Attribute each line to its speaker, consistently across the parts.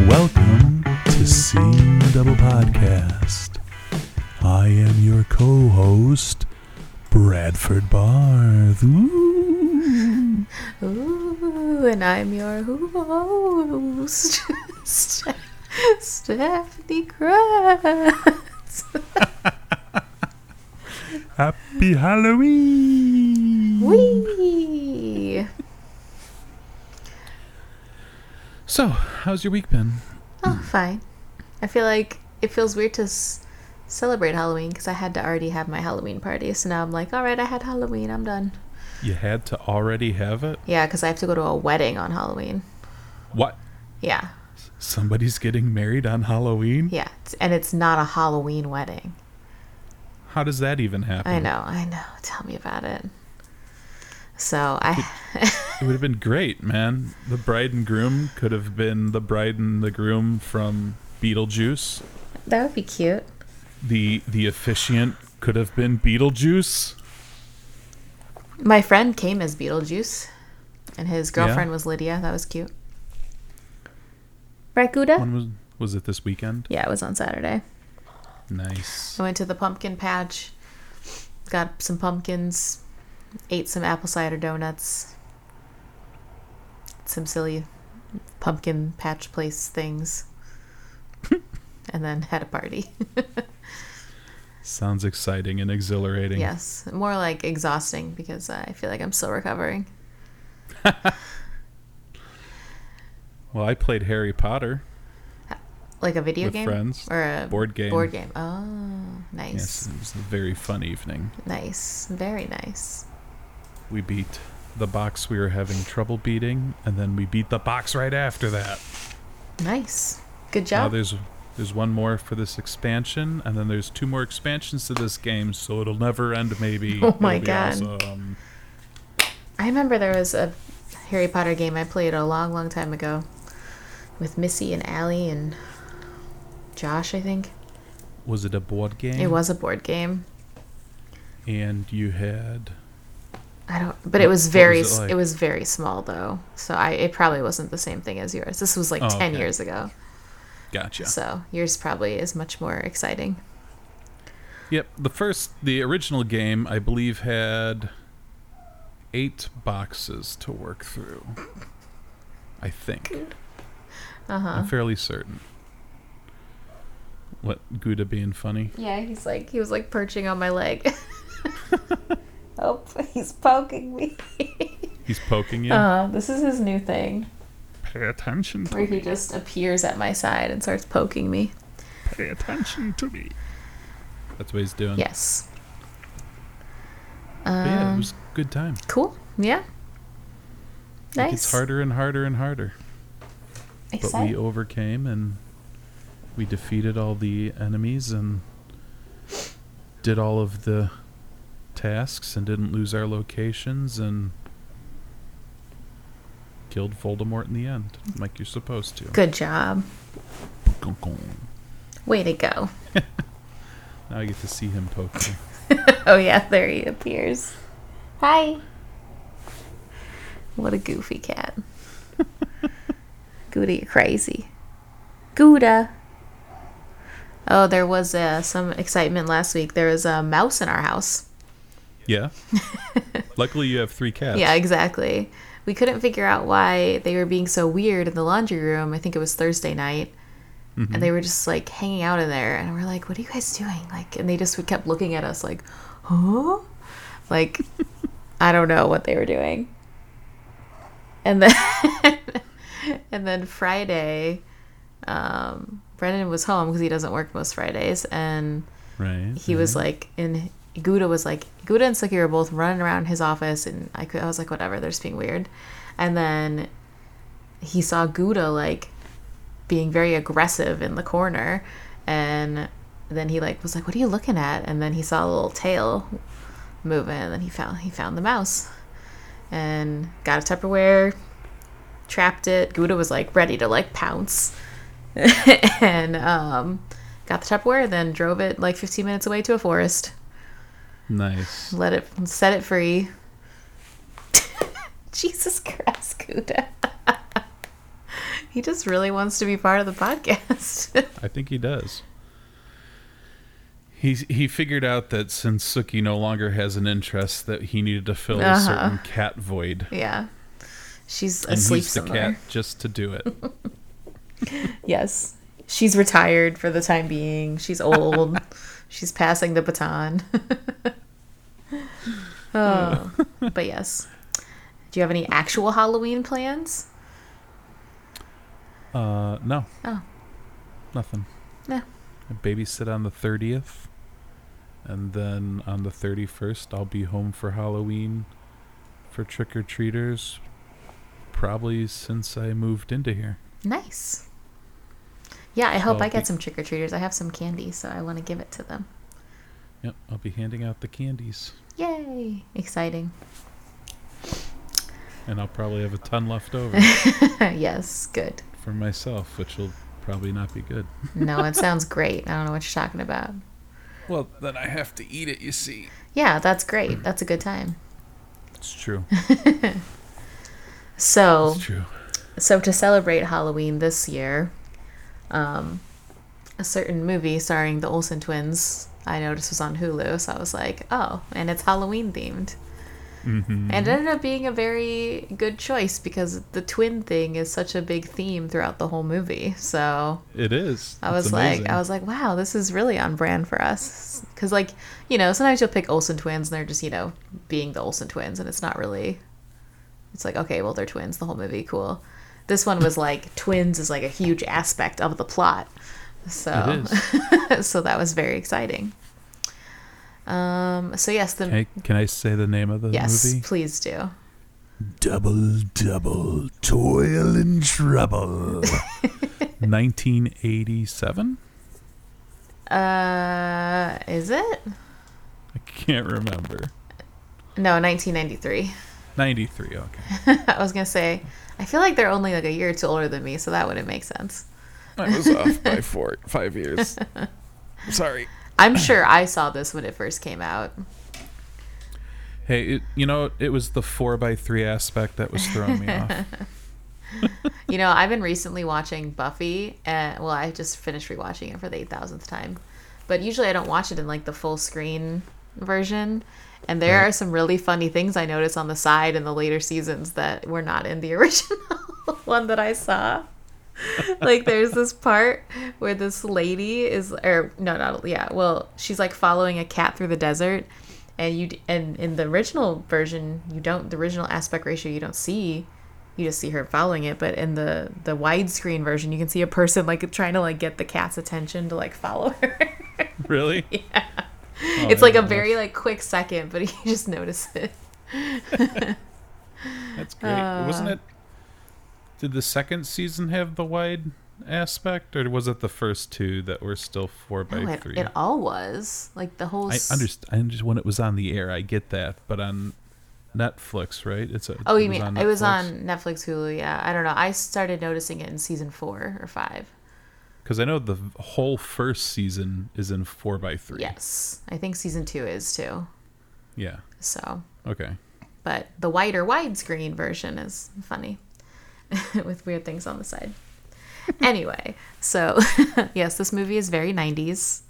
Speaker 1: Welcome to Scene Double Podcast. I am your co host, Bradford Barth. Ooh.
Speaker 2: Ooh, and I'm your host, Ste- Stephanie Kratz.
Speaker 1: Happy Halloween!
Speaker 2: Wee!
Speaker 3: So, how's your week been?
Speaker 2: Oh, fine. I feel like it feels weird to s- celebrate Halloween because I had to already have my Halloween party. So now I'm like, all right, I had Halloween, I'm done.
Speaker 3: You had to already have it?
Speaker 2: Yeah, because I have to go to a wedding on Halloween.
Speaker 3: What?
Speaker 2: Yeah,
Speaker 3: Somebody's getting married on Halloween?
Speaker 2: yeah. It's- And it's not a Halloween wedding.
Speaker 3: How does that even happen?
Speaker 2: I know, I know. Tell me about it. So I.
Speaker 3: It would have been great, man. The bride and groom could have been the bride and the groom from Beetlejuice.
Speaker 2: That would be cute.
Speaker 3: The the officiant could have been Beetlejuice.
Speaker 2: My friend came as Beetlejuice, and his girlfriend was Lydia. That was cute. Barracuda?
Speaker 3: When was was it this weekend?
Speaker 2: Yeah, it was on Saturday.
Speaker 3: Nice.
Speaker 2: I went to the pumpkin patch, got some pumpkins, ate some apple cider donuts, some silly pumpkin patch place things, and then had a party.
Speaker 3: Sounds exciting and exhilarating.
Speaker 2: yes, more like exhausting because I feel like I'm still recovering.
Speaker 3: Well, I played Harry Potter.
Speaker 2: Like a video
Speaker 3: With
Speaker 2: game
Speaker 3: friends.
Speaker 2: or a
Speaker 3: Board game.
Speaker 2: Board game. Oh, nice.
Speaker 3: Yes, it was a very fun evening.
Speaker 2: Nice. Very nice.
Speaker 3: we beat the box we were having trouble beating, and then we beat the box right after that.
Speaker 2: Nice. Good
Speaker 3: Now
Speaker 2: job.
Speaker 3: there's there's one more for this expansion, and then there's two more expansions to this game, so it'll never end. Maybe.
Speaker 2: Oh my
Speaker 3: It'll be
Speaker 2: God.
Speaker 3: awesome.
Speaker 2: I remember there was a Harry Potter game I played a long, long time ago with Missy and Allie and Josh, I think.
Speaker 3: Was it a board game?
Speaker 2: It was a board game.
Speaker 3: And you had
Speaker 2: I don't but it was very
Speaker 3: was
Speaker 2: s
Speaker 3: it
Speaker 2: it,
Speaker 3: like?
Speaker 2: was very small though. So I it probably wasn't the same thing as yours. This was like
Speaker 3: Oh,
Speaker 2: 10
Speaker 3: okay.
Speaker 2: years ago.
Speaker 3: gotcha.
Speaker 2: So yours probably is much more exciting.
Speaker 3: Yep. The first, the original game, I believe, had eight boxes to work through. I think.
Speaker 2: Uh-huh.
Speaker 3: I'm fairly certain. What Gouda being funny?
Speaker 2: Yeah, he's like he was like perching on my leg. oh, he's poking me.
Speaker 3: He's poking you.
Speaker 2: Uh, this is his new thing.
Speaker 3: Pay attention
Speaker 2: where he just appears at my side and starts poking me.
Speaker 3: Pay attention to me. That's what he's doing.
Speaker 2: Yes.
Speaker 3: But
Speaker 2: Um,
Speaker 3: yeah, it was a good time.
Speaker 2: cool. Yeah.
Speaker 3: It gets
Speaker 2: Nice.
Speaker 3: harder and harder and harder. But we
Speaker 2: Exciting.
Speaker 3: overcame and we defeated all the enemies and did all of the tasks and didn't lose our locations and killed Voldemort in the end, like you're supposed to.
Speaker 2: Good job.
Speaker 3: Now
Speaker 2: Way to go.
Speaker 3: I get to see him poke you.
Speaker 2: Oh yeah, there he appears. Hi. What a goofy cat. Gouda, you're crazy. Gouda. Oh, there was uh, some excitement last week. There was a mouse in our house.
Speaker 3: Yeah. Luckily, you have three cats.
Speaker 2: Yeah, exactly. We couldn't figure out why they were being so weird in the laundry room. I think it was Thursday night. And they were just like hanging out in there and we're like, "What are you guys doing?" Like and they just would kept looking at us like, "Huh?" Like I don't know what they were doing. And then and then Friday um Brendan was home because he doesn't work most Fridays and
Speaker 3: Right.
Speaker 2: he was like in Gouda was like Gouda and Suki were both running around his office and I could I was like whatever they're just being weird and then he saw Gouda like being very aggressive in the corner and then he like was like what are you looking at and then he saw a little tail moving and then he found he found the mouse and got a Tupperware trapped it. Gouda was like ready to like pounce, and um, got the Tupperware. Then drove it like 15 minutes away to a forest.
Speaker 3: Nice.
Speaker 2: Let it set it free. Jesus Christ, Gouda. he just really wants to be part of the podcast.
Speaker 3: I think he does. He he figured out that since Suki no longer has an interest, that he needed to fill
Speaker 2: Uh-huh.
Speaker 3: a certain cat void,
Speaker 2: yeah. She's
Speaker 3: and
Speaker 2: asleep
Speaker 3: he's the
Speaker 2: somewhere.
Speaker 3: cat just to do it.
Speaker 2: Yes. She's retired for the time being. She's old. She's passing the baton. oh.
Speaker 3: Hmm.
Speaker 2: but yes. Do you have any actual Halloween plans?
Speaker 3: Uh, no.
Speaker 2: Oh.
Speaker 3: Nothing.
Speaker 2: No.
Speaker 3: I babysit on the 30th. And then on the 31st, I'll be home for Halloween for trick or treaters. Probably since I moved into here.
Speaker 2: Nice. Yeah, I hope
Speaker 3: Well,
Speaker 2: I get
Speaker 3: be-
Speaker 2: some trick or treaters. I have some candy, so I want to give it to them.
Speaker 3: Yep, I'll be handing out the candies.
Speaker 2: Yay! Exciting.
Speaker 3: And I'll probably have a ton left over
Speaker 2: yes, good.
Speaker 3: for myself, which will probably not be good.
Speaker 2: No, it sounds great. I don't know what you're talking about.
Speaker 3: Well, then I have to eat it, you see.
Speaker 2: Yeah, that's great. That's a good time.
Speaker 3: It's true.
Speaker 2: So,
Speaker 3: It's true.
Speaker 2: so to celebrate Halloween this year, um, a certain movie starring the Olsen twins I noticed was on Hulu, so I was like, oh, and it's Halloween themed.
Speaker 3: hmm
Speaker 2: And it ended up being a very good choice because the twin thing is such a big theme throughout the whole movie. So
Speaker 3: It is.
Speaker 2: I
Speaker 3: It's
Speaker 2: was like,
Speaker 3: amazing.
Speaker 2: I was like, wow, this is really on brand for us. Because like, you know, sometimes you'll pick Olsen twins and they're just you know being the Olsen twins, and it's not really. It's like okay, well they're twins the whole movie, cool. This one was like twins is like a huge aspect of the plot, so
Speaker 3: It is.
Speaker 2: so that was very exciting. Um. So yes, the
Speaker 3: Hey, can I say the name of the
Speaker 2: yes,
Speaker 3: movie?
Speaker 2: please do.
Speaker 1: Double, double, toil and trouble.
Speaker 3: 1987?
Speaker 2: Uh, is it?
Speaker 3: I can't remember.
Speaker 2: No, 1993.
Speaker 3: 93, okay.
Speaker 2: I was gonna say, I feel like they're only like a year or two older than me, so that wouldn't make sense.
Speaker 3: I was off by four, five years. Sorry.
Speaker 2: I'm sure I saw this when it first came out.
Speaker 3: Hey, it, you know, it was the four by three aspect that was throwing me off.
Speaker 2: You know, I've been recently watching Buffy, and well, I just finished rewatching it for the eight thousandth time. But usually, I don't watch it in like the full screen version. And there
Speaker 3: Right.
Speaker 2: are some really funny things I noticed on the side in the later seasons that were not in the original one that I saw. like there's this part where this lady is or no not yeah well she's like following a cat through the desert and you d- and in the original version you don't the original aspect ratio you don't see you just see her following it but in the the widescreen version you can see a person like trying to like get the cat's attention to like follow her
Speaker 3: Really? Oh, Yeah.
Speaker 2: it's like a very like quick second but you just notice it
Speaker 3: That's great. Wasn't
Speaker 2: Uh.
Speaker 3: it? Did the second season have the wide aspect, or was it the first two that were still four by
Speaker 2: no, Oh, it,
Speaker 3: three?
Speaker 2: it all was like the whole
Speaker 3: I
Speaker 2: s-
Speaker 3: understand. Just when it was on the air, I get that, but on Netflix, right? It's a,
Speaker 2: oh
Speaker 3: it
Speaker 2: you mean
Speaker 3: on
Speaker 2: it was
Speaker 3: Netflix?
Speaker 2: on netflix hulu yeah i don't know i started noticing it in season four or five
Speaker 3: Because I know the whole first season is in four by three.
Speaker 2: Yes, I think season two is too.
Speaker 3: Yeah.
Speaker 2: So,
Speaker 3: Okay.
Speaker 2: but the wider widescreen version is funny with weird things on the side. anyway, so yes, this movie is very 90s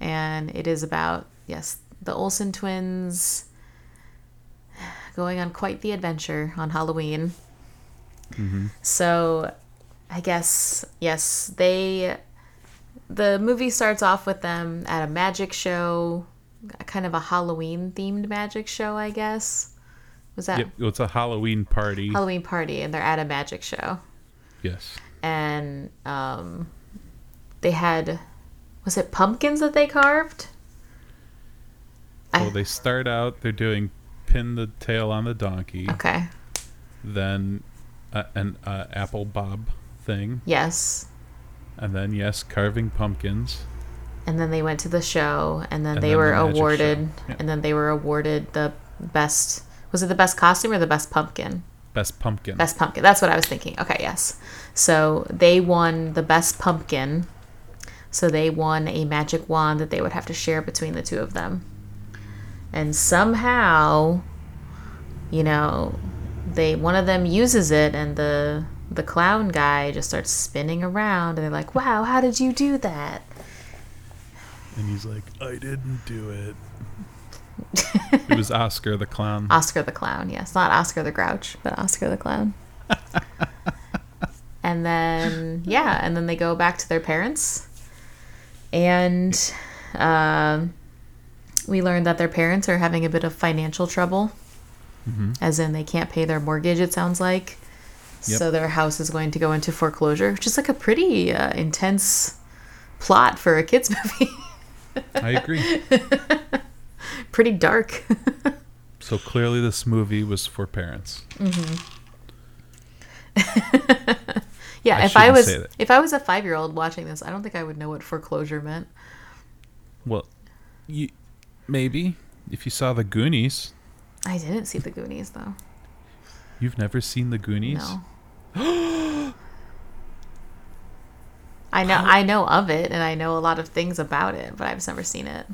Speaker 2: and it is about, yes, the Olsen twins going on quite the adventure on Halloween. So, I guess, yes, they the movie starts off with them at a magic show, kind of a Halloween themed magic show, I guess. Was that
Speaker 3: Yep. It's a Halloween party.
Speaker 2: Halloween party? And they're at a magic show,
Speaker 3: yes.
Speaker 2: and um, they had was it pumpkins that they carved? I-
Speaker 3: Well, they start out. They're doing pin the tail on the donkey,
Speaker 2: Okay,
Speaker 3: then uh, an uh, apple bob thing,
Speaker 2: yes.
Speaker 3: and then yes, carving pumpkins.
Speaker 2: And then they went to the show, and then
Speaker 3: And
Speaker 2: they
Speaker 3: then
Speaker 2: were
Speaker 3: the magic show.
Speaker 2: awarded,
Speaker 3: Yeah.
Speaker 2: and then they were awarded the best. Was it the best costume or the best pumpkin?
Speaker 3: Best pumpkin.
Speaker 2: Best pumpkin. That's what I was thinking. Okay, yes. So they won the best pumpkin. So they won a magic wand that they would have to share between the two of them. And somehow, you know, they one of them uses it and the the clown guy just starts spinning around and they're like, "Wow, how did you do that?"
Speaker 3: And he's like, I didn't do it. it was Oscar the clown.
Speaker 2: Oscar the Clown. Yes, not Oscar the Grouch, but Oscar the Clown. and then yeah, and then they go back to their parents, and um, we learned that their parents are having a bit of financial trouble, as in they can't pay their mortgage. It sounds like.
Speaker 3: Yep.
Speaker 2: So their house is going to go into foreclosure, which is like a pretty uh, intense plot for a kids movie.
Speaker 3: I agree.
Speaker 2: pretty dark.
Speaker 3: So clearly, this movie was for parents.
Speaker 2: Yeah,
Speaker 3: I
Speaker 2: if I
Speaker 3: shouldn't
Speaker 2: was
Speaker 3: say that.
Speaker 2: if I was a five year old watching this, I don't think I would know what foreclosure meant.
Speaker 3: Well, you maybe if you saw the Goonies,
Speaker 2: I didn't see the Goonies though.
Speaker 3: you've never seen the Goonies.
Speaker 2: No. I know I know of it and I know a lot of things about it, but I've never seen it.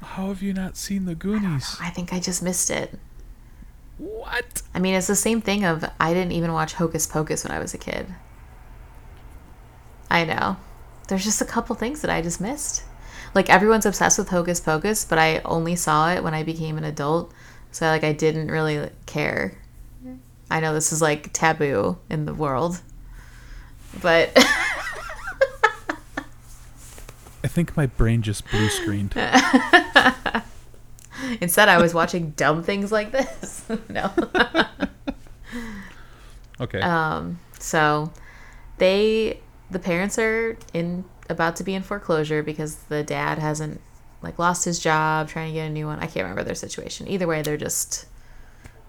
Speaker 3: How have you not seen the Goonies?
Speaker 2: I think I just missed it.
Speaker 3: What?
Speaker 2: I mean, it's the same thing of I didn't even watch Hocus Pocus when I was a kid. I know. There's just a couple things that I just missed. Like everyone's obsessed with Hocus Pocus, but I only saw it when I became an adult, so like I didn't really care. I know this is like taboo in the world. But
Speaker 3: I think my brain just blue screened.
Speaker 2: instead I was watching dumb things like this. no.
Speaker 3: Okay.
Speaker 2: Um, So they the parents are in about to be in foreclosure because the dad hasn't like lost his job, trying to get a new one. I can't remember their situation. Either way, they're just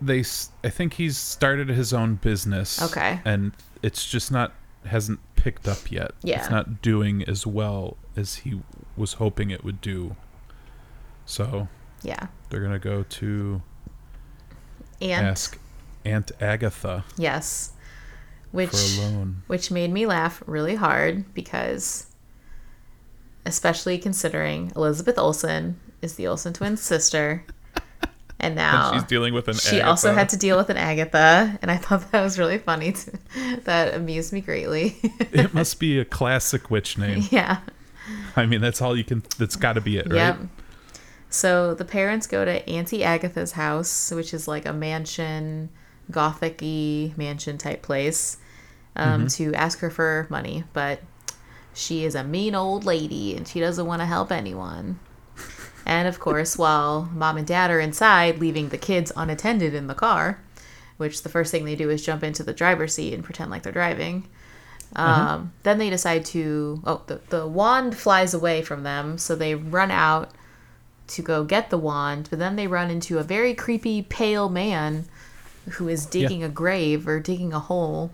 Speaker 3: they, s- I think he's started his own business.
Speaker 2: Okay.
Speaker 3: And it's just not hasn't picked up yet.
Speaker 2: Yeah.
Speaker 3: It's not doing as well as he was hoping it would do. So
Speaker 2: yeah.
Speaker 3: they're gonna go to
Speaker 2: And
Speaker 3: ask Aunt Agatha
Speaker 2: yes. Which
Speaker 3: for a loan.
Speaker 2: which made me laugh really hard because especially considering Elizabeth Olsen is the Olsen twins sister and now
Speaker 3: And she's dealing with an.
Speaker 2: she
Speaker 3: Agatha.
Speaker 2: also had to deal with an Agatha, and I thought that was really funny. Too. That amused me greatly.
Speaker 3: it must be a classic witch name.
Speaker 2: yeah.
Speaker 3: I mean, that's all you can. That's got to be it, right?
Speaker 2: Yep. So the parents go to Auntie Agatha's house, which is like a mansion, gothic y mansion type place,
Speaker 3: Mm-hmm.
Speaker 2: um, to ask her for money. But she is a mean old lady and she doesn't want to help anyone. And of course, while mom and dad are inside, leaving the kids unattended in the car, which the first thing they do is jump into the driver's seat and pretend like they're driving.
Speaker 3: Mm-hmm.
Speaker 2: Um, Then they decide to. Oh, the, the wand flies away from them, so they run out to go get the wand, but then they run into a very creepy, pale man who is digging a grave or digging a hole.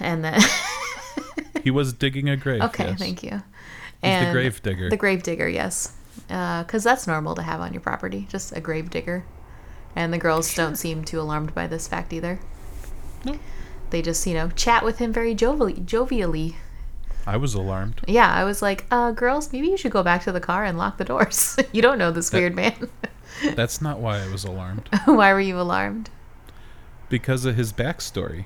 Speaker 2: And then.
Speaker 3: He was digging a grave.
Speaker 2: okay,
Speaker 3: yes.
Speaker 2: thank you.
Speaker 3: He's the grave digger.
Speaker 2: The grave digger, yes. Because that's normal to have on your property, just a grave digger. And the girls don't seem too alarmed by this fact either.
Speaker 3: No.
Speaker 2: They just, you know, chat with him very jovially. jovially.
Speaker 3: I was alarmed.
Speaker 2: Yeah, I was like, uh, girls, maybe you should go back to the car and lock the doors. you don't know this weird man.
Speaker 3: That's not why I was alarmed.
Speaker 2: Why were you alarmed?
Speaker 3: Because of his backstory.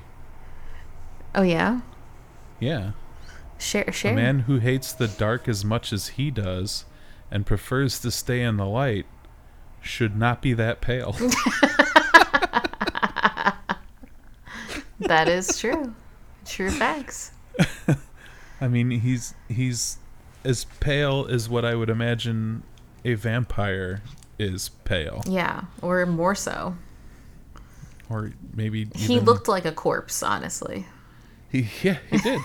Speaker 2: Oh, yeah?
Speaker 3: Yeah.
Speaker 2: Share,
Speaker 3: A
Speaker 2: share.
Speaker 3: man who hates the dark as much as he does and prefers to stay in the light should not be that pale.
Speaker 2: That is true. True facts.
Speaker 3: I mean, he's he's as pale as what I would imagine a vampire is pale
Speaker 2: Yeah, or more so.
Speaker 3: or maybe
Speaker 2: He
Speaker 3: even-
Speaker 2: looked like a corpse, honestly.
Speaker 3: He, yeah, he did.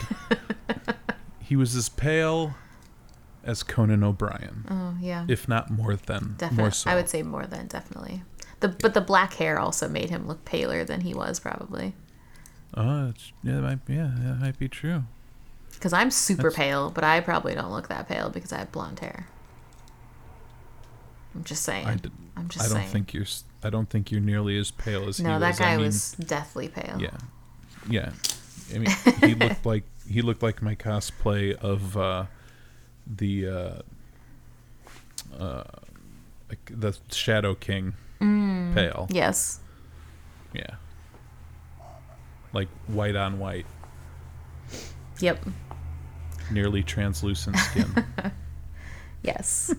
Speaker 3: he was as pale as Conan O'Brien,
Speaker 2: Oh, yeah.
Speaker 3: if not more than.
Speaker 2: Definitely.
Speaker 3: More so.
Speaker 2: I would say more than definitely. The but the black hair also made him look paler than he was probably.
Speaker 3: Oh, it's, yeah, that might, yeah, that might be true.
Speaker 2: Because I'm super pale, but I probably don't look that pale because I have blonde hair. I'm just saying.
Speaker 3: I, d-
Speaker 2: I'm just
Speaker 3: I don't
Speaker 2: saying.
Speaker 3: think you're. s- I don't think you're nearly as pale as he
Speaker 2: No,
Speaker 3: was.
Speaker 2: that guy
Speaker 3: I mean,
Speaker 2: was deathly pale.
Speaker 3: Yeah, yeah. I mean, he looked like he looked like my cosplay of uh, the uh, uh, like the Shadow King
Speaker 2: Mm.
Speaker 3: pale.
Speaker 2: Yes.
Speaker 3: Yeah, like white on white,
Speaker 2: Yep.
Speaker 3: nearly translucent skin.
Speaker 2: Yes.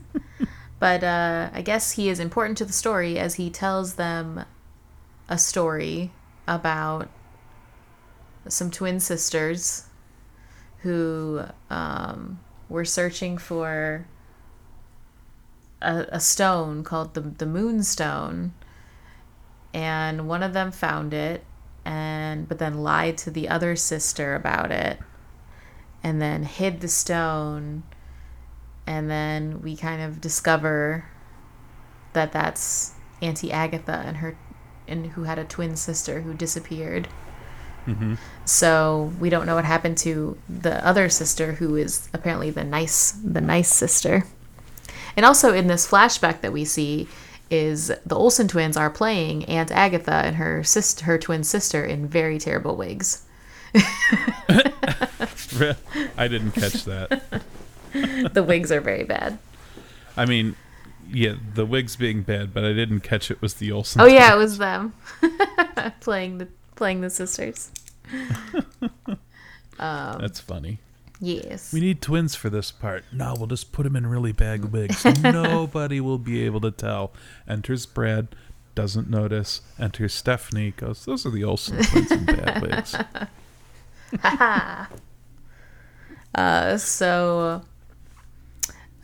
Speaker 2: but uh, I guess he is important to the story as he tells them a story about some twin sisters who um, were searching for a, a stone called the, the Moonstone. And one of them found it and but then lied to the other sister about it and then hid the stone and then we kind of discover that that's Auntie Agatha and her and who had a twin sister who disappeared.
Speaker 3: Mhm.
Speaker 2: So we don't know what happened to the other sister who is apparently the nice the nice sister. And also in this flashback that we see is the Olsen twins are playing Aunt Agatha and her sister her twin sister in very terrible wigs.
Speaker 3: I didn't catch that.
Speaker 2: The wigs are very bad.
Speaker 3: I mean, yeah, the wigs being bad, but I didn't catch it was the Olsen.
Speaker 2: Oh yeah, it was them playing the playing the sisters.
Speaker 3: that's funny.
Speaker 2: Yes.
Speaker 3: We need twins for this part. No, we'll just put them in really bad
Speaker 1: Mm.
Speaker 3: wigs. Nobody will be able to tell. Enters Brad, doesn't notice. Enters Stephanie, goes, Those are the Olsen twins in bad wigs.
Speaker 2: Uh, so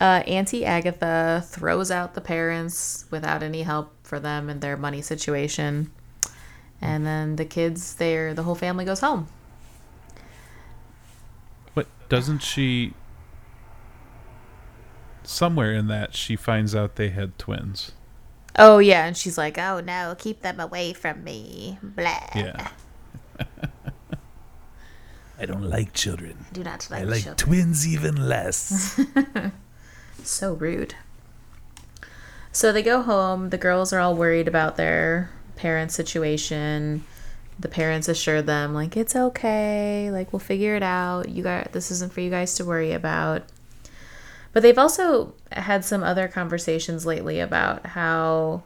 Speaker 2: uh, Auntie Agatha throws out the parents without any help for them and their money situation. And then the kids there the whole family goes home.
Speaker 3: But doesn't she. Somewhere in that, she finds out they had twins.
Speaker 2: Oh yeah, and she's like, "Oh no, keep them away from me." Blah.
Speaker 3: Yeah.
Speaker 1: I don't like children.
Speaker 2: Do not
Speaker 1: I
Speaker 2: like,
Speaker 1: like
Speaker 2: children.
Speaker 1: twins even less.
Speaker 2: So rude. So they go home. The girls are all worried about their parents' situation. The parents assure them, like, it's okay. Like, we'll figure it out. You guys, this isn't for you guys to worry about. But they've also had some other conversations lately about how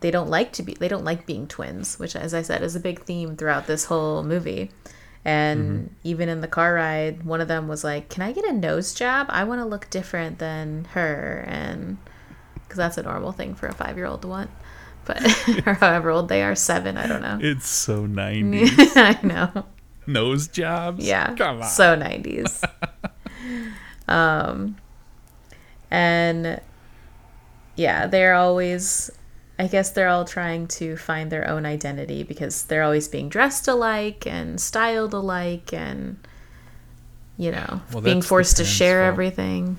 Speaker 2: they don't like to be they don't like being twins, which as I said is a big theme throughout this whole movie. And even in the car ride, one of them was like, "Can I get a nose job? I want to look different than her." And cuz that's a normal thing for a 5-year-old to want. But or however old they are, 7, I don't know.
Speaker 3: It's so 90s.
Speaker 2: I know.
Speaker 3: Nose jobs?
Speaker 2: Yeah.
Speaker 3: Come on.
Speaker 2: So 90s. um and yeah, they're always I guess they're all trying to find their own identity because they're always being dressed alike and styled alike and you know,
Speaker 3: Well,
Speaker 2: being
Speaker 3: that's the
Speaker 2: forced to
Speaker 3: parents'
Speaker 2: share
Speaker 3: fault.
Speaker 2: everything.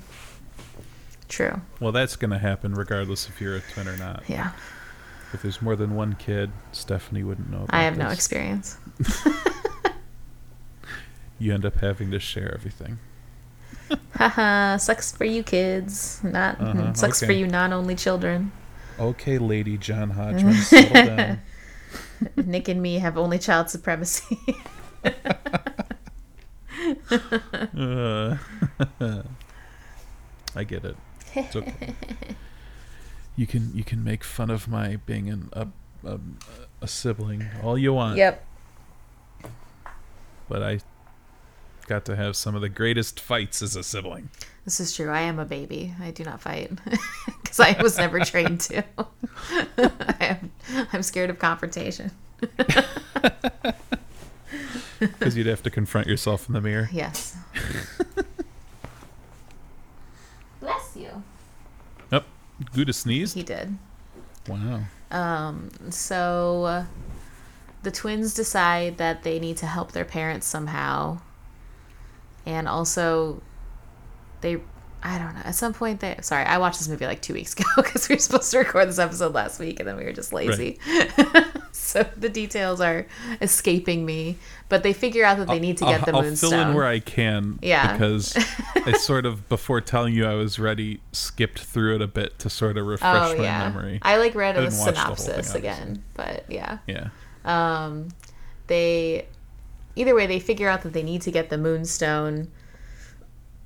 Speaker 2: True.
Speaker 3: well, that's going to happen regardless if you're a twin or not.
Speaker 2: Yeah.
Speaker 3: If there's more than one kid, Stephanie wouldn't know. About
Speaker 2: I have no
Speaker 3: this.
Speaker 2: experience.
Speaker 3: You end up having to share everything.
Speaker 2: Haha, sucks for you kids. Not
Speaker 3: Uh-huh,
Speaker 2: sucks for
Speaker 3: okay.
Speaker 2: you non only children.
Speaker 3: Okay, Lady John Hodgman, settle down.
Speaker 2: Nick and me have only child supremacy.
Speaker 3: Uh, I get it. It's okay. You can you can make fun of my being an, a, a a sibling all you want,
Speaker 2: yep.
Speaker 3: but I got to have some of the greatest fights as a sibling.
Speaker 2: This is true. I am a baby. I do not fight because I was never trained to. I am, I'm scared of confrontation.
Speaker 3: Because you'd have to confront yourself in the mirror.
Speaker 2: Yes. Bless you.
Speaker 3: Gouda sneezed.
Speaker 2: He did.
Speaker 3: Wow.
Speaker 2: Um, so uh, the twins decide that they need to help their parents somehow. And also they I don't know. At some point, they. Sorry, I watched this movie like two weeks ago because we were supposed to record this episode last week and then we were just lazy. so the details are escaping me. But they figure out that they need to get
Speaker 3: I'll,
Speaker 2: the
Speaker 3: I'll
Speaker 2: moonstone.
Speaker 3: fill in where I can.
Speaker 2: Yeah.
Speaker 3: Because I sort of, before telling you I was ready, skipped through it a bit to sort of refresh
Speaker 2: oh
Speaker 3: my
Speaker 2: yeah.
Speaker 3: memory.
Speaker 2: I like read
Speaker 3: I
Speaker 2: a
Speaker 3: didn't watch the whole thing,
Speaker 2: synopsis
Speaker 3: obviously.
Speaker 2: again, but yeah.
Speaker 3: yeah.
Speaker 2: um, they either way they figure out that they need to get the moonstone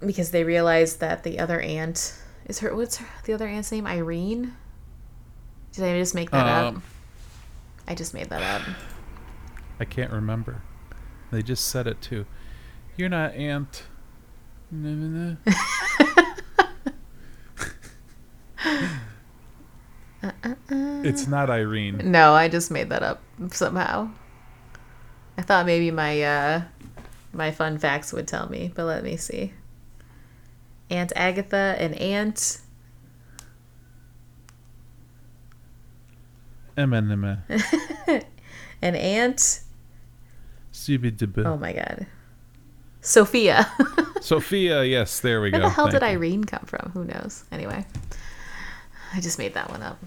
Speaker 2: because they realize that the other aunt is her what's her, the other aunt's name irene did i just make that up
Speaker 3: Um,
Speaker 2: i just made that up
Speaker 3: I can't remember. They just said it too. You're not Aunt. No, no, no. It's not Irene.
Speaker 2: no i just made that up somehow i thought maybe my uh my fun facts would tell me but let me see aunt agatha and aunt
Speaker 3: Eminem.
Speaker 2: and aunt oh
Speaker 3: Scooby-Doo.
Speaker 2: my god sophia
Speaker 3: Sophia, yes, there we
Speaker 2: Where
Speaker 3: go.
Speaker 2: the hell
Speaker 3: Thank
Speaker 2: did
Speaker 3: you.
Speaker 2: Irene come from? Who knows? Anyway, I just made that one up.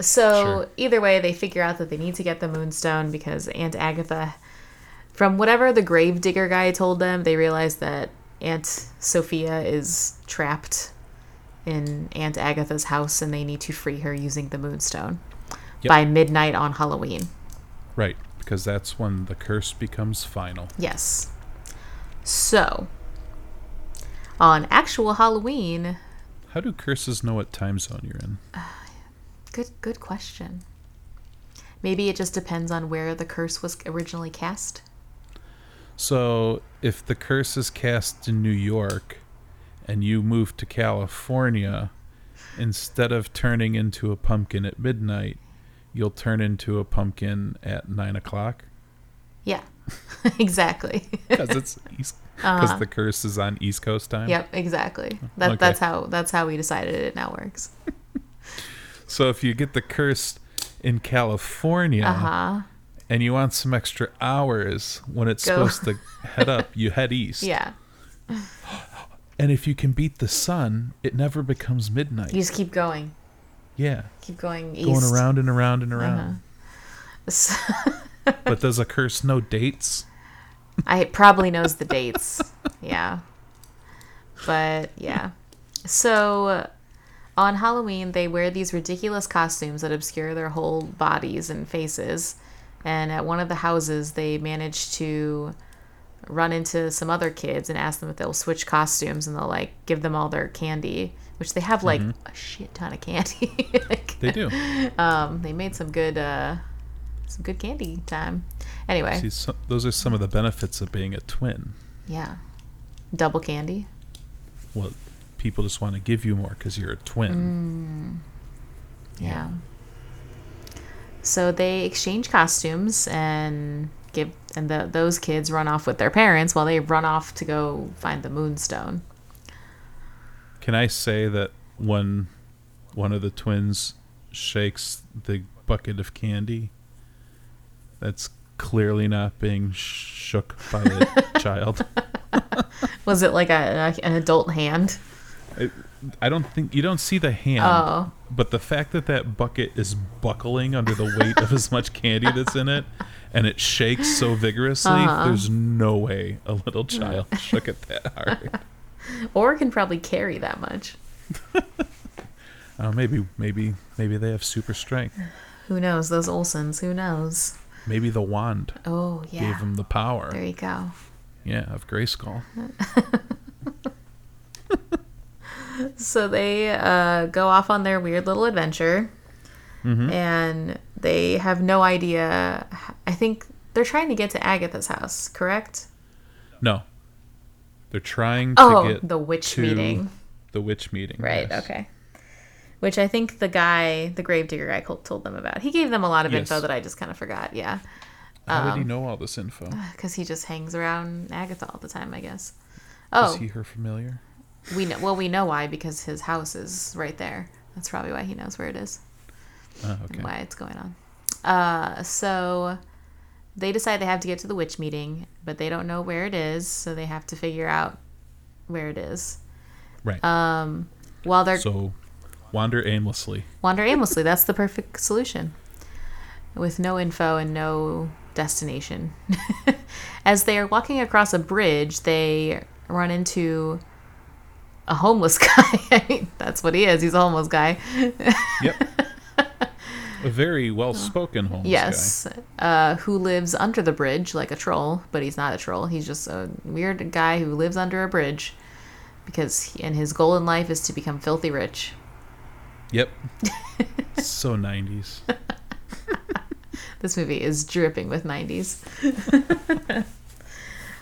Speaker 2: So
Speaker 3: Sure.
Speaker 2: either way, they figure out that they need to get the moonstone because Aunt Agatha, from whatever the gravedigger guy told them, they realize that Aunt Sophia is trapped in Aunt Agatha's house and they need to free her using the moonstone
Speaker 3: Yep.
Speaker 2: by midnight on Halloween.
Speaker 3: Right, because that's when the curse becomes final.
Speaker 2: Yes. So on actual Halloween,
Speaker 3: How do curses know what time zone you're in?
Speaker 2: Good good question. Maybe it just depends on where the curse was originally cast.
Speaker 3: So, if the curse is cast in New York and you move to California, instead of turning into a pumpkin at midnight, you'll turn into a pumpkin at nine o'clock
Speaker 2: Yeah. exactly.
Speaker 3: because it's east because the curse is on East Coast time.
Speaker 2: Uh-huh. yep, exactly. That
Speaker 3: Okay.
Speaker 2: that's how that's how we decided it now works.
Speaker 3: So if you get the curse in California
Speaker 2: Uh-huh.
Speaker 3: and you want some extra hours when it's
Speaker 2: Go.
Speaker 3: supposed to head up, you head east.
Speaker 2: Yeah.
Speaker 3: And if you can beat the sun, it never becomes midnight.
Speaker 2: You just keep going.
Speaker 3: yeah.
Speaker 2: Keep going east. Uh-huh.
Speaker 3: Going around and around and around. but does a curse know dates?
Speaker 2: I it probably knows the dates. Yeah. But yeah. So on Halloween they wear these ridiculous costumes that obscure their whole bodies and faces. And at one of the houses they manage to run into some other kids and ask them if they'll switch costumes and they'll like give them all their candy, which they have like a shit ton of candy. Like,
Speaker 3: Mm-hmm. They do.
Speaker 2: um they made some good uh some good candy time. Anyway.
Speaker 3: See, so, those are some of the benefits of being a twin.
Speaker 2: Yeah. Double candy.
Speaker 3: Well, people just want to give you more because you're a twin.
Speaker 2: Yeah. So they exchange costumes and give and the, those kids run off with their parents while they run off to go find the moonstone. Mm.
Speaker 3: Can I say that when one of the twins shakes the bucket of candy, that's clearly not being shook by a child?
Speaker 2: Was it like a, a- an adult hand?
Speaker 3: I don't think you don't see the hand,
Speaker 2: Oh.
Speaker 3: but the fact that that bucket is buckling under the weight of as much candy that's in it, and it shakes so vigorously,
Speaker 2: Uh-huh.
Speaker 3: there's no way a little child shook it that hard.
Speaker 2: Oh. Or can probably carry that much.
Speaker 3: Uh, maybe, maybe, maybe they have super strength.
Speaker 2: Who knows? Those Olsons, who knows?
Speaker 3: Maybe the wand
Speaker 2: Oh,
Speaker 3: gave
Speaker 2: yeah.
Speaker 3: them the
Speaker 2: There
Speaker 3: power.
Speaker 2: you go.
Speaker 3: Yeah, of Grayskull.
Speaker 2: So they uh, go off on their weird little adventure, and they have no idea. I think they're trying to get to Agatha's house, correct?
Speaker 3: No, they're trying to
Speaker 2: Oh,
Speaker 3: get
Speaker 2: the witch
Speaker 3: to
Speaker 2: meeting.
Speaker 3: The witch meeting,
Speaker 2: Right.
Speaker 3: yes.
Speaker 2: Okay. Which I think the guy, the gravedigger guy, col- told them about. He gave them a lot of
Speaker 3: Yes.
Speaker 2: info that I just kind of forgot. Yeah,
Speaker 3: How
Speaker 2: Um,
Speaker 3: did he know all this info?
Speaker 2: because he just hangs around Agatha all the time, I guess.
Speaker 3: Is
Speaker 2: Oh,
Speaker 3: he her familiar?
Speaker 2: we know. Well, we know why because his house is right there. That's probably why he knows where it is.
Speaker 3: Oh, okay.
Speaker 2: why it's going on. Uh, so they decide they have to get to the witch meeting, but they don't know where it is, so they have to figure out where it is.
Speaker 3: Right.
Speaker 2: Um, while they're
Speaker 3: so wander aimlessly.
Speaker 2: wander aimlessly. That's the perfect solution. With no info and no destination. As they are walking across a bridge, they run into a homeless guy. I mean, that's what he is. He's a homeless guy.
Speaker 3: Yep. A very well spoken homeless
Speaker 2: yes. Uh, who lives under the bridge like a troll, but he's not a troll. He's just a weird guy who lives under a bridge because he, and his goal in life is to become filthy rich.
Speaker 3: guy. Yep. so 90s.
Speaker 2: This movie is dripping with 90s.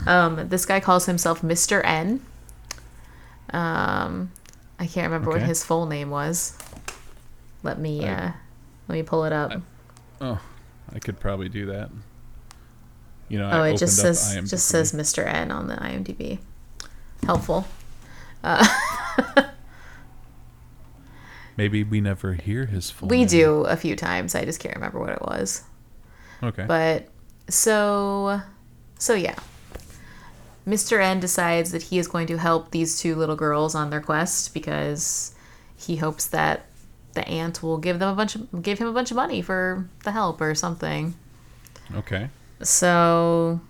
Speaker 2: um, this guy calls himself Mr. N. Um, I can't remember what
Speaker 3: Okay.
Speaker 2: his full name was. Let me
Speaker 3: I-
Speaker 2: uh, let me pull it up.
Speaker 3: Oh, I could probably do that. You know,
Speaker 2: oh,
Speaker 3: I
Speaker 2: it just
Speaker 3: opened up
Speaker 2: says
Speaker 3: IMDb.
Speaker 2: just says Mr. N on the IMDb. Helpful.
Speaker 3: Maybe we never hear his full
Speaker 2: We
Speaker 3: name.
Speaker 2: do a few times. I just can't remember what it was.
Speaker 3: Okay.
Speaker 2: But so so yeah. Mr. N decides that he is going to help these two little girls on their quest because he hopes that the aunt will give them a bunch of give him a bunch of money for the help or something.
Speaker 3: okay.
Speaker 2: So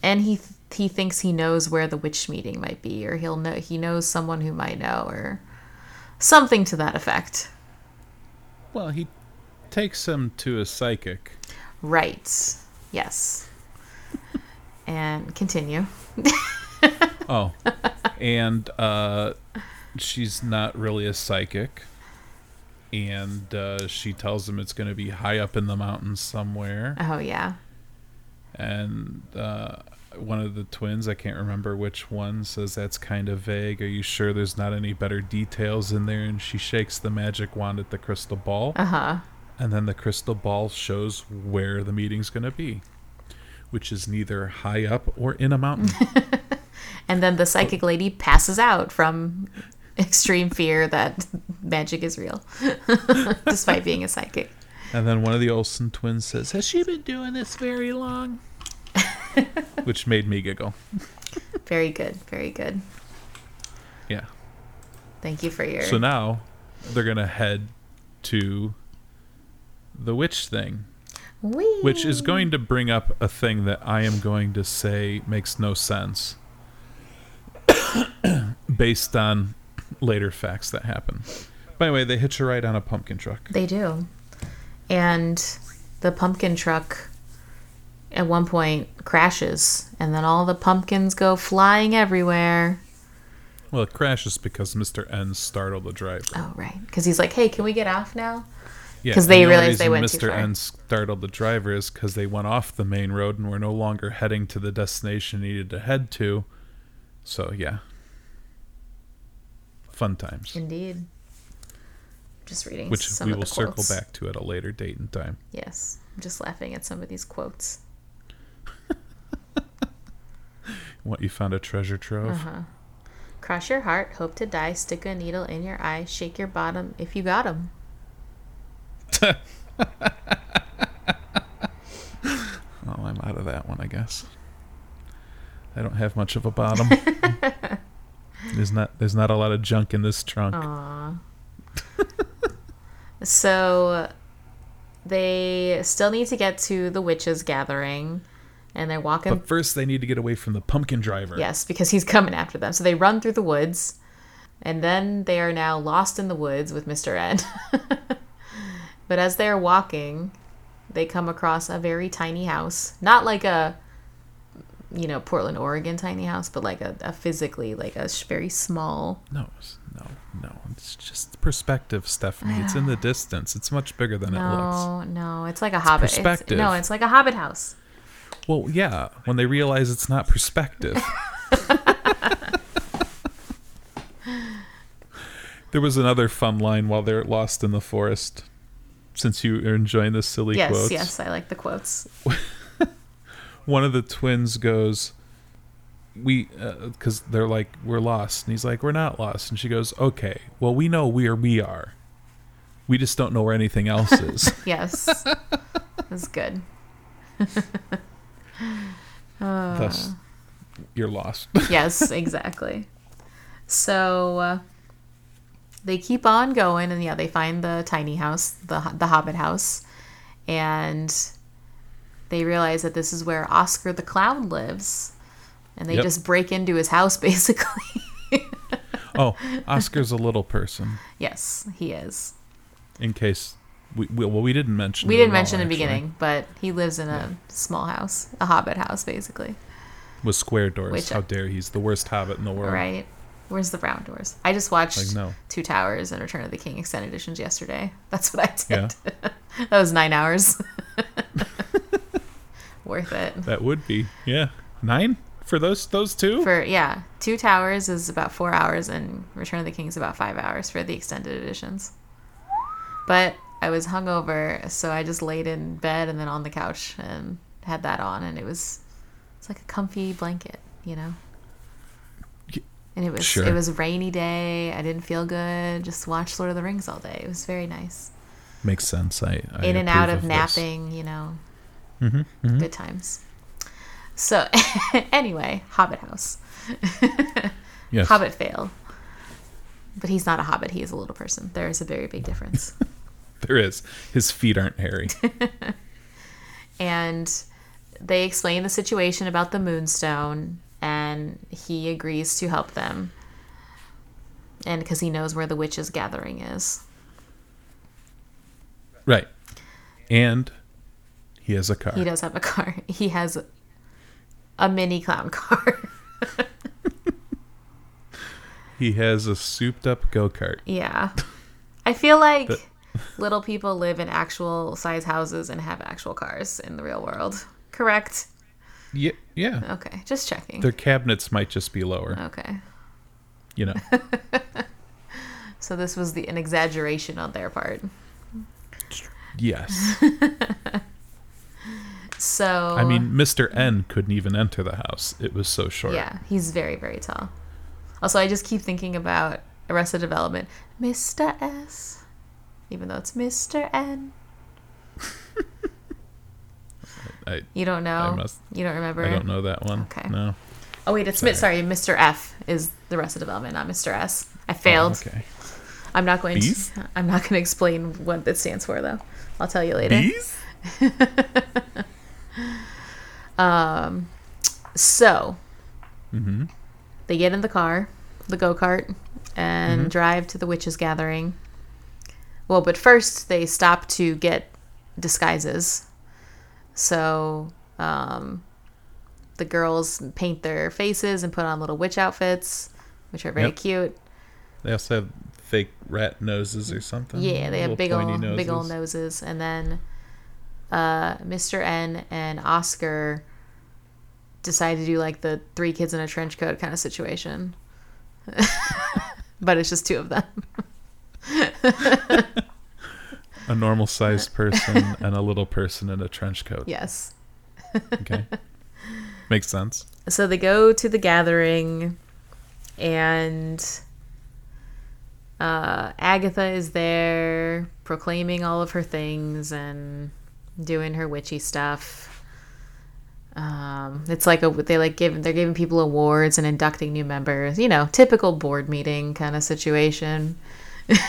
Speaker 2: and he he thinks he knows where the witch meeting might be or he'll know he knows someone who might know or something to that effect.
Speaker 3: Well, he takes him to a psychic.
Speaker 2: Right. Yes. and continue.
Speaker 3: Oh, and uh, she's not really a psychic. And uh, she tells him it's going to be high up in the mountains somewhere.
Speaker 2: Oh yeah.
Speaker 3: And uh, one of the twins, I can't remember which one, says that's kind of vague. Are you sure there's not any better details in there? And she shakes the magic wand at the crystal ball.
Speaker 2: Uh-huh.
Speaker 3: And then the crystal ball shows where the meeting's going to be, which is neither high up or in a mountain.
Speaker 2: And then the psychic lady passes out from extreme fear that magic is real, despite being a psychic.
Speaker 3: And then one of the Olsen twins says, Has she been doing this very long? Which made me giggle.
Speaker 2: Very good, very good.
Speaker 3: Yeah.
Speaker 2: Thank you for your.
Speaker 3: So now they're going to head to the witch thing,
Speaker 2: Whee!
Speaker 3: which is going to bring up a thing that I am going to say makes no sense based on later facts that happen. By the way, they hitch a ride on a pumpkin truck.
Speaker 2: They do. And the pumpkin truck at one point crashes, and then all the pumpkins go flying everywhere.
Speaker 3: Well, it crashes because Mr. N startled the driver.
Speaker 2: Oh, right. Because he's like, hey, can we get off now?
Speaker 3: Yeah,
Speaker 2: 'Cause
Speaker 3: and
Speaker 2: they
Speaker 3: the only
Speaker 2: realized they
Speaker 3: reason
Speaker 2: went
Speaker 3: Mr.
Speaker 2: too far.
Speaker 3: N startled the driver is because they went off the main road and were no longer heading to the destination needed to head to. So yeah, fun times,
Speaker 2: Indeed. Just reading
Speaker 3: which
Speaker 2: some
Speaker 3: we
Speaker 2: of
Speaker 3: will
Speaker 2: the
Speaker 3: circle
Speaker 2: quotes.
Speaker 3: back to at a later date and time.
Speaker 2: Yes. I'm just laughing at some of these quotes.
Speaker 3: What you found a treasure trove.
Speaker 2: Cross your heart, hope to die, stick a needle in your eye, shake your bottom if you got 'em.
Speaker 3: Oh, I'm out of that one, I guess. I don't have much of a bottom. there's not there's not a lot of junk in this trunk.
Speaker 2: Aww. so they still need to get to the witches' gathering, and they're walking.
Speaker 3: But first, they need to get away from the pumpkin driver.
Speaker 2: Yes, because he's coming after them. So they run through the woods, and then they are now lost in the woods with Mr. Ed. but as they're walking, they come across a very tiny house. Not like a, you know, Portland, Oregon tiny house, but like a, a physically, like a sh- very small.
Speaker 3: No, it's- no, no. It's just perspective, Stephanie. It's in the distance. It's much bigger than it
Speaker 2: No, no, it's like a hobbit. It's-
Speaker 3: perspective.
Speaker 2: no, it's like a hobbit house.
Speaker 3: looks. Well, yeah, when they realize it's not perspective. there was another fun line while they're lost in the forest. Since you are enjoying the silly
Speaker 2: yes,
Speaker 3: quotes,
Speaker 2: yes, I like the quotes.
Speaker 3: one of the twins goes, "We," because they're like, "We're lost," and he's like, "We're not lost," and she goes, "Okay, well, we know where we are. We just don't know where anything else is."
Speaker 2: Yes, it's good.
Speaker 3: Thus, you're lost.
Speaker 2: Yes, exactly. So uh, they keep on going, and yeah, they find the tiny house, the ho- the Hobbit house, and they realize that this is where Oscar the Clown lives, and they
Speaker 3: Yep.
Speaker 2: just break into his house basically.
Speaker 3: Oh, Oscar's a little person.
Speaker 2: yes, he is.
Speaker 3: In case we, we well, we didn't mention.
Speaker 2: We
Speaker 3: it
Speaker 2: didn't
Speaker 3: at all,
Speaker 2: mention in the
Speaker 3: actually.
Speaker 2: beginning, but he lives in a small house, a Hobbit house, basically.
Speaker 3: With square doors.
Speaker 2: Which- uh,
Speaker 3: How dare he? he's the worst hobbit in the world?
Speaker 2: Right? Where's the brown doors? I just watched
Speaker 3: Like no.
Speaker 2: Two Towers and Return of the King extended editions yesterday. That's what I
Speaker 3: Yeah,
Speaker 2: did. that was nine hours. Worth it.
Speaker 3: that would be. Yeah, nine for those those two.
Speaker 2: For yeah, Two Towers is about four hours, and Return of the King is about five hours for the extended editions. But I was hungover, so I just laid in bed and then on the couch and had that on, and it was it's like a comfy blanket, you know.
Speaker 3: Y-
Speaker 2: And it was
Speaker 3: sure.
Speaker 2: it was a rainy day. I didn't feel good. Just watched Lord of the Rings all day. It was very nice.
Speaker 3: Makes sense. I, I
Speaker 2: in and out
Speaker 3: approve
Speaker 2: of,
Speaker 3: this. Mm-hmm,
Speaker 2: napping, you know. Good times. So anyway, Hobbit House.
Speaker 3: Yes.
Speaker 2: Hobbit fail. But he's not a hobbit, he is a little person. There is a very big difference.
Speaker 3: There is. His feet aren't hairy.
Speaker 2: and they explain the situation about the moonstone, and he agrees to help them. And because he knows where the witches' gathering is.
Speaker 3: right. And he has a car.
Speaker 2: He does have a car. He has a mini clown car.
Speaker 3: He has a souped up go kart.
Speaker 2: yeah. I feel like
Speaker 3: But-
Speaker 2: little people live in actual size houses and have actual cars in the real world. Correct?
Speaker 3: Yeah, yeah.
Speaker 2: Okay, Uh. just checking.
Speaker 3: Their cabinets might just be lower.
Speaker 2: Okay.
Speaker 3: You know.
Speaker 2: So this was the an exaggeration on their part.
Speaker 3: yes.
Speaker 2: So
Speaker 3: I mean, Mr. N couldn't even enter the house. It was so short.
Speaker 2: uh, yeah, he's very very tall. Also, I just keep thinking about Arrested Development, Mr. S, even though it's Mr. N.
Speaker 3: I,
Speaker 2: You don't know.
Speaker 3: I must-
Speaker 2: you don't remember.
Speaker 3: I don't know that one.
Speaker 2: Okay.
Speaker 3: No.
Speaker 2: Oh wait, it's sorry. sorry, Mr. F is the Arrested Development, not Mr. S. I failed.
Speaker 3: Oh, okay.
Speaker 2: I'm not going
Speaker 3: Bees?
Speaker 2: to. I'm not going to explain what that stands for though. I'll tell you later.
Speaker 3: Bees?
Speaker 2: So
Speaker 3: Mm-hmm.
Speaker 2: they get in the car, the go kart, and drive to the witches' gathering. Well, but first they stop to get disguises. So um, the girls paint their faces and put on little witch outfits, which are very
Speaker 3: Yep.
Speaker 2: cute.
Speaker 3: They also have fake rat noses or something.
Speaker 2: Yeah, they
Speaker 3: Little
Speaker 2: have big
Speaker 3: pointy
Speaker 2: old big old
Speaker 3: noses.
Speaker 2: noses, and then uh, Mr. N and Oscar decide to do like the three kids in a trench coat kind of situation, but it's just two of them.
Speaker 3: A normal sized person and a little person in a trench coat.
Speaker 2: Yes.
Speaker 3: Okay. Makes sense.
Speaker 2: So they go to the gathering, and uh, Agatha is there proclaiming all of her things and doing her witchy stuff. Um, it's like a they like giving they're giving people awards and inducting new members. You know, typical board meeting kind of situation.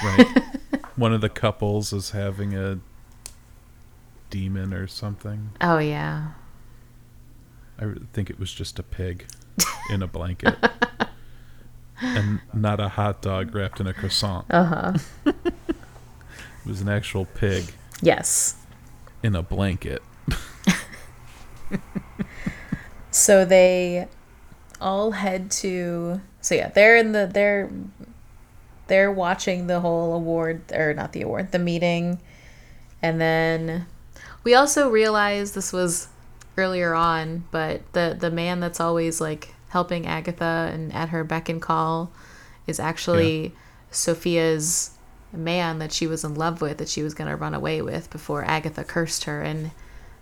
Speaker 3: Right. One of the couples is having a demon or something.
Speaker 2: Oh yeah,
Speaker 3: I re- think it was just a pig in a blanket. and not a hot dog wrapped in a croissant.
Speaker 2: uh huh.
Speaker 3: It was an actual pig
Speaker 2: yes.
Speaker 3: in a blanket.
Speaker 2: So they all head to so yeah, they're in the they're they're watching the whole award or not the award, the meeting. And then we also realized this was earlier on, but the the man that's always like helping Agatha and at her beck and call is actually Sophia's man that she was in love with that she was going to run away with before Agatha cursed her and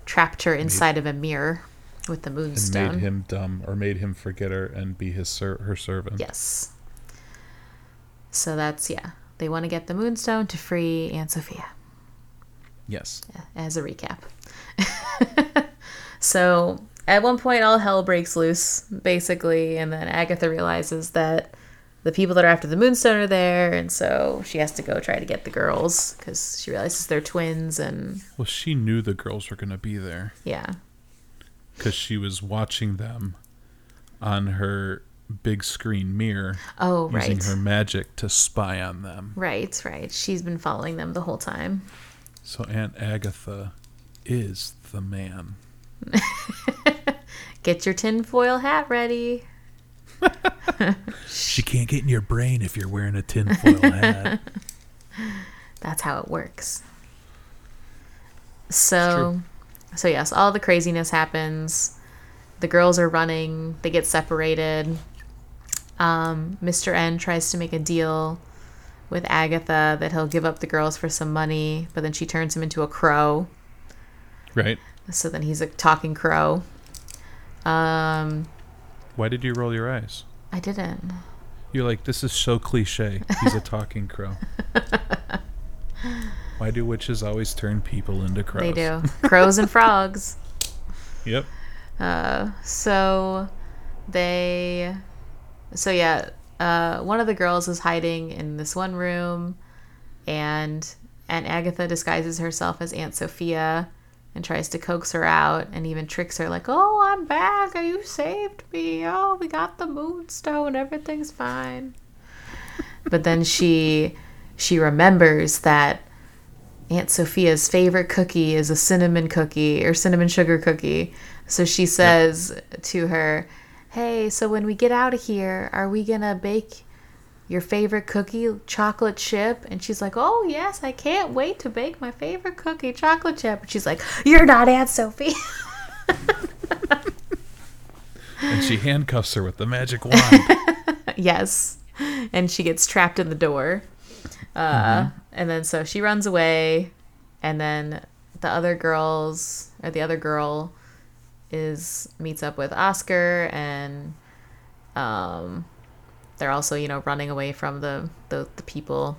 Speaker 2: trapped her inside of a mirror with the
Speaker 3: And
Speaker 2: moonstone.
Speaker 3: made him dumb or made him forget her and be his ser- her servant.
Speaker 2: Yes. So that's yeah. They want to get the moonstone to free Aunt Sophia
Speaker 3: Yes.
Speaker 2: as a recap. so at one point all hell breaks loose, basically, and then Agatha realizes that the people that are after the moonstone are there, and so she has to go try to get the girls because she realizes they're twins, and
Speaker 3: Well, she knew the girls were going to be there
Speaker 2: yeah,
Speaker 3: because she was watching them on her big screen mirror
Speaker 2: oh
Speaker 3: using
Speaker 2: right,
Speaker 3: her magic to spy on them.
Speaker 2: right, right. She's been following them the whole time.
Speaker 3: So Aunt Agatha is the man.
Speaker 2: Get your tinfoil hat ready.
Speaker 1: She can't get in your brain if you're wearing a tinfoil hat.
Speaker 2: That's how it works. So, so yes, all the craziness happens. The girls are running. They get separated. Um, Mr. N tries to make a deal with Agatha that he'll give up the girls for some money, but then she turns him into a crow.
Speaker 3: Right?
Speaker 2: So then he's a talking crow. Um,
Speaker 3: Why did you roll your eyes?
Speaker 2: I didn't.
Speaker 3: You're like, this is so cliche. He's a talking crow. Why do witches always turn people into crows?
Speaker 2: They do crows and frogs.
Speaker 3: Yep.
Speaker 2: So they so yeah, uh, one of the girls is hiding in this one room and Aunt Agatha disguises herself as Aunt Sophia and tries to coax her out and even tricks her like, "Oh, I'm back. Oh, You saved me. Oh, we got the moonstone. Everything's fine." but then she she remembers that Aunt Sophia's favorite cookie is a cinnamon cookie or cinnamon sugar cookie. So she says to her, Hey, so when we get out of here, are we going to bake your favorite cookie, chocolate chip? And she's like, Oh, yes, I can't wait to bake my favorite cookie, chocolate chip. And she's like, You're not Aunt Sophie.
Speaker 3: And she handcuffs her with the magic wand.
Speaker 2: yes. And she gets trapped in the door. Uh, And then so she runs away. And then the other girls, or the other girl, is meets up with Oscar, and um, they're also you know running away from the the, the people.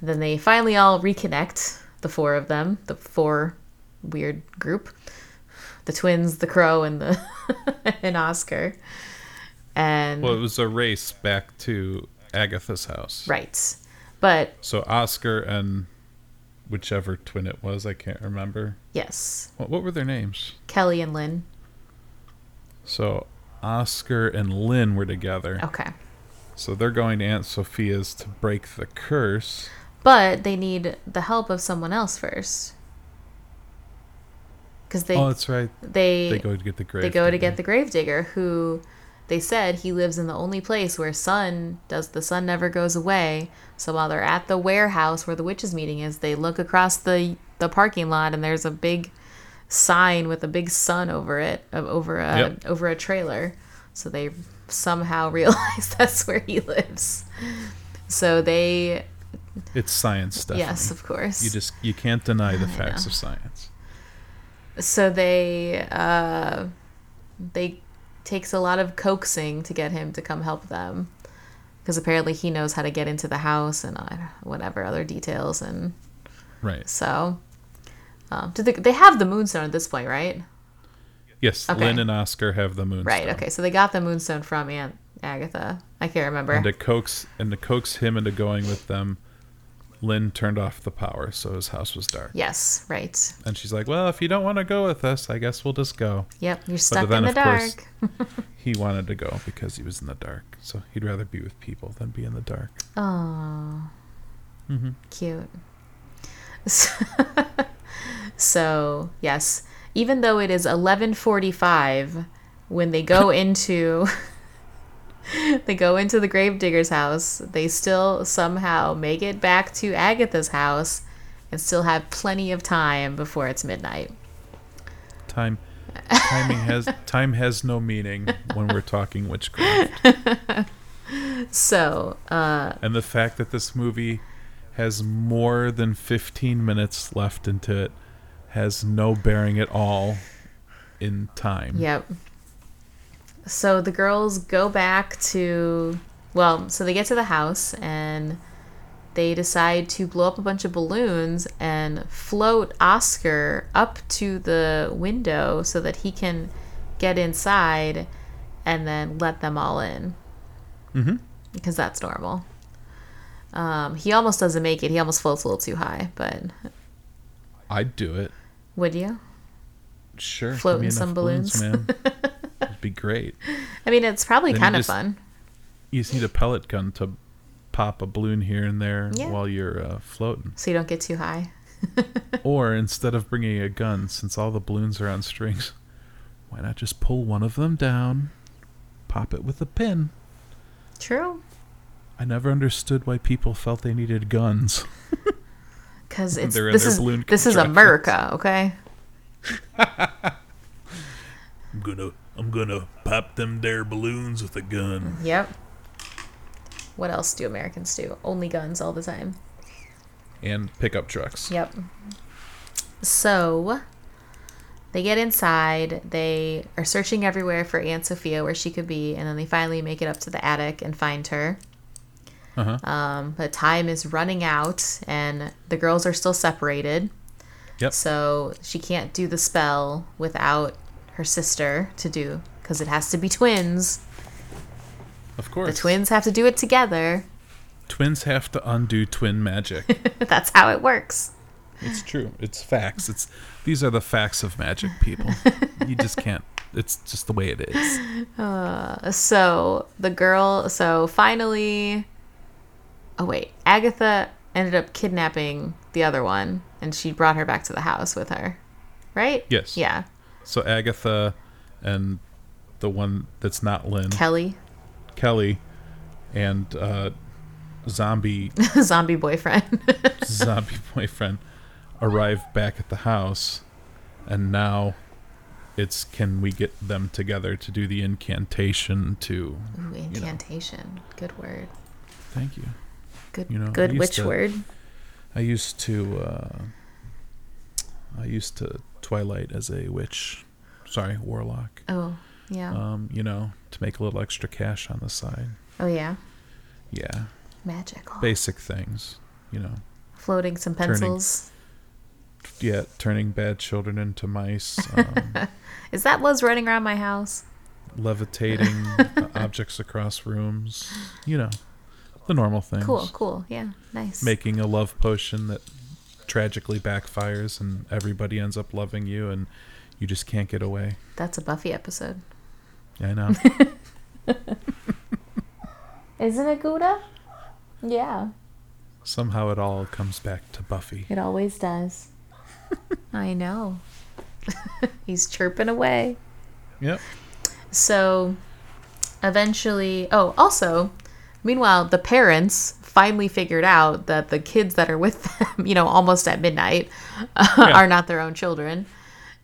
Speaker 2: Then they finally all reconnect, the four of them, the four weird group, the twins, the crow, and the and Oscar. And
Speaker 3: well, it was a race back to Agatha's house.
Speaker 2: Right. But
Speaker 3: So Oscar and whichever twin it was, I can't remember.
Speaker 2: yes,
Speaker 3: What, what were their names?
Speaker 2: Kelly and Lynn.
Speaker 3: So Oscar and Lynn were together.
Speaker 2: Okay.
Speaker 3: So they're going to Aunt Sophia's to break the curse.
Speaker 2: But they need the help of someone else first. Cuz they,
Speaker 3: oh, that's right.
Speaker 2: they
Speaker 3: They go to get the grave.
Speaker 2: they go to
Speaker 3: digger.
Speaker 2: get the gravedigger who they said he lives in the only place where sun does the sun never goes away so while they're at the warehouse where the witches meeting is they look across the the parking lot and there's a big sign with a big sun over it uh, over a
Speaker 3: Yep.
Speaker 2: over a trailer so they somehow realize that's where he lives so they
Speaker 3: It's science stuff.
Speaker 2: yes of course
Speaker 3: You just you can't deny the facts of science.
Speaker 2: so they uh they takes a lot of coaxing to get him to come help them because apparently he knows how to get into the house and uh, whatever other details and
Speaker 3: Right.
Speaker 2: so um, did they, they have the moonstone at this point right
Speaker 3: Yes,
Speaker 2: Okay.
Speaker 3: Lynn and Oscar have the moonstone.
Speaker 2: right okay so they got the moonstone from aunt agatha i can't remember
Speaker 3: And to coax and to coax him into going with them, Lynn turned off the power, so his house was dark.
Speaker 2: yes right
Speaker 3: And she's like, "Well, if you don't want to go with us, I guess we'll just go."
Speaker 2: yep you're stuck
Speaker 3: then,
Speaker 2: in the
Speaker 3: of course-
Speaker 2: dark
Speaker 3: He wanted to go because he was in the dark, so he'd rather be with people than be in the dark.
Speaker 2: Oh. Cute. So, so, yes, even though it is 11:45 when they go into they go into the gravedigger's house, they still somehow make it back to Agatha's house and still have plenty of time before it's midnight.
Speaker 3: Time, timing has time has no meaning when we're talking witchcraft.
Speaker 2: So,
Speaker 3: and the fact that this movie has more than 15 minutes left into it has no bearing at all in time.
Speaker 2: Yep. So the girls go back to well, so they get to the house and they decide to blow up a bunch of balloons and float Oscar up to the window so that he
Speaker 3: Mm-hmm.
Speaker 2: can get inside and then let them all in. because that's normal. Um, he almost doesn't make it. He almost floats a little too high, but
Speaker 3: I'd do it.
Speaker 2: would you?
Speaker 3: Sure. give
Speaker 2: Float
Speaker 3: me
Speaker 2: in
Speaker 3: enough
Speaker 2: some balloons.
Speaker 3: man. It'd be great.
Speaker 2: I mean, it's probably
Speaker 3: Then you
Speaker 2: kind of
Speaker 3: just-
Speaker 2: fun.
Speaker 3: You just need a pellet gun to pop a balloon here and there
Speaker 2: Yeah.
Speaker 3: while you're uh, floating.
Speaker 2: So you don't get too high.
Speaker 3: Or instead of bringing a gun, since all the balloons are on strings, why not just pull one of them down, pop it with a pin?
Speaker 2: True.
Speaker 3: I never understood why people felt they needed guns.
Speaker 2: Because it's
Speaker 3: They're in
Speaker 2: this
Speaker 3: their
Speaker 2: is
Speaker 3: balloon
Speaker 2: this is
Speaker 3: contractions.
Speaker 2: America, okay?
Speaker 1: I'm gonna I'm gonna pop them there balloons with a gun.
Speaker 2: Yep. What else do Americans do? Only guns all the time.
Speaker 3: And pickup trucks.
Speaker 2: Yep. So they get inside. They are searching everywhere for Aunt Sophia, where she could be, and then they finally make it up to the attic and find her.
Speaker 3: Uh-huh.
Speaker 2: Um, but time is running out, and the girls are still separated.
Speaker 3: Yep.
Speaker 2: So she can't do the spell without her sister to do, because it has to be twins.
Speaker 3: Of course.
Speaker 2: The twins have to do it together.
Speaker 3: Twins have to undo twin magic.
Speaker 2: That's how it works.
Speaker 3: it's true. It's facts. It's these are the facts of magic, people. you just can't. It's just the way it is.
Speaker 2: So the girl, so finally, oh wait, Agatha ended up kidnapping the other one, and she brought her back to the house with her, right?
Speaker 3: Yes. Mm-hmm.
Speaker 2: Yeah,
Speaker 3: So Agatha and the one that's not Lynn,
Speaker 2: Kelly,
Speaker 3: Kelly, and uh, zombie
Speaker 2: zombie boyfriend.
Speaker 3: zombie boyfriend arrive back at the house, and now it's can we get them together to do the incantation to?
Speaker 2: Ooh, incantation. Good word.
Speaker 3: Thank you.
Speaker 2: Good.
Speaker 3: You know, I
Speaker 2: good
Speaker 3: used
Speaker 2: witch
Speaker 3: to-
Speaker 2: word.
Speaker 3: I used to uh, I used to Twilight as a witch, sorry, warlock.
Speaker 2: Oh yeah.
Speaker 3: Um, you know, to make a little extra cash on the side.
Speaker 2: oh yeah.
Speaker 3: Yeah,
Speaker 2: Magical.
Speaker 3: basic things. You know,
Speaker 2: Floating some
Speaker 3: turning-
Speaker 2: pencils.
Speaker 3: yeah, turning bad children into mice, um,
Speaker 2: Is that Liz running around my house?
Speaker 3: levitating uh, objects across rooms. You know, the normal things.
Speaker 2: Cool. Cool. Yeah. Nice.
Speaker 3: Making a love potion that tragically backfires, and everybody ends up loving you, and you just can't get away.
Speaker 2: That's a Buffy episode.
Speaker 3: I know.
Speaker 2: Isn't it Gouda? Yeah.
Speaker 3: Somehow it all comes back to Buffy.
Speaker 2: It always does. I know. He's chirping away.
Speaker 3: Yep.
Speaker 2: So eventually, oh, also, meanwhile, the parents finally figured out that the kids that are with them, you know, almost at midnight, are not their own children.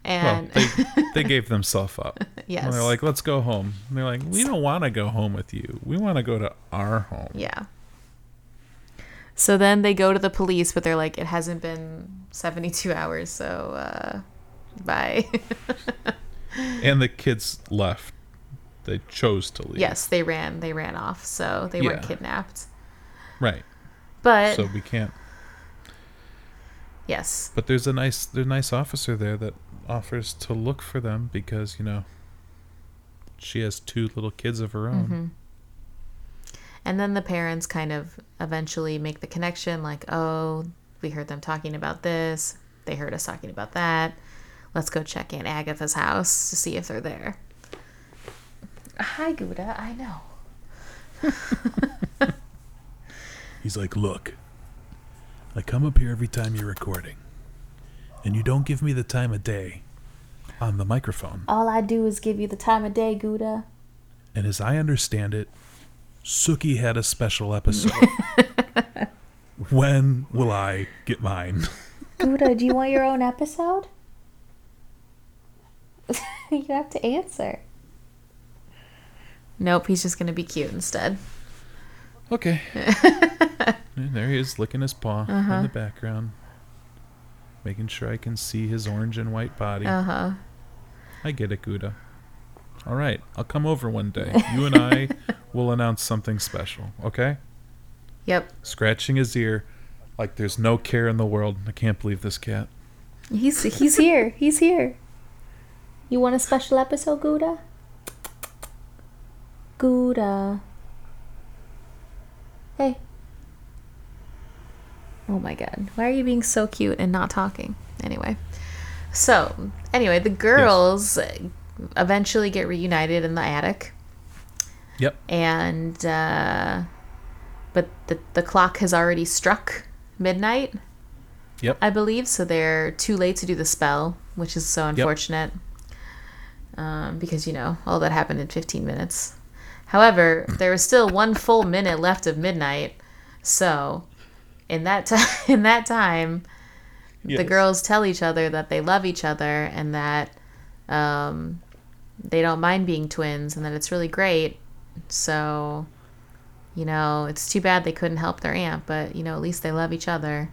Speaker 3: Well,
Speaker 2: And
Speaker 3: they, they gave themselves up.
Speaker 2: Yes.
Speaker 3: And they're like, let's go home. And they're like, we don't want to go home with you. We want to go to our home.
Speaker 2: yeah. So then they go to the police, but they're like, it hasn't been 72 hours, so uh, bye.
Speaker 3: And the kids left. They chose to leave.
Speaker 2: yes, they ran. They ran off, so they weren't
Speaker 3: Yeah.
Speaker 2: kidnapped.
Speaker 3: Right.
Speaker 2: But
Speaker 3: So we can't.
Speaker 2: yes,
Speaker 3: But there's a nice, there's a nice officer there that offers to look for them because you know. She has two little kids of her own.
Speaker 2: Mm-hmm. and then the parents kind of eventually make the connection, like, oh, we heard them talking about this. They heard us talking about that. Let's go check Aunt Agatha's house to see if they're there. Hi, Gouda. I know.
Speaker 1: He's like, Look, I come up here every time you're recording, and you don't give me the time of day on the microphone.
Speaker 2: All I do is give you the time of day, Gouda.
Speaker 1: And as I understand it, Suki had a special episode. when will I get mine?
Speaker 4: Buddha, do you want your own episode? you have to answer.
Speaker 2: Nope, he's just gonna be cute instead.
Speaker 3: Okay. and there he is licking his paw in the background, making sure I can see his orange and white body.
Speaker 2: Uh huh.
Speaker 3: I get it, Gouda. All right, I'll come over one day. You and I will announce something special, okay?
Speaker 2: Yep.
Speaker 3: Scratching his ear like there's no care in the world. I can't believe this cat.
Speaker 4: He's he's here. He's here. You want a special episode, Gouda? Gouda. Hey.
Speaker 2: Oh my god. Why are you being so cute and not talking? Anyway. So, anyway, the girls eventually get reunited in the attic.
Speaker 3: Yep.
Speaker 2: And, uh, but the, the clock has already struck midnight,
Speaker 3: Yep.
Speaker 2: I believe, so they're too late to do the spell, which is so unfortunate. Um, because, you know, all that happened in 15 minutes. However, there was still one full minute left of midnight, so in that time, in that time, the
Speaker 3: Yes.
Speaker 2: girls tell each other that they love each other and that um, they don't mind being twins and that it's really great. So, you know, it's too bad they couldn't help their aunt, but you know, at least they love each other.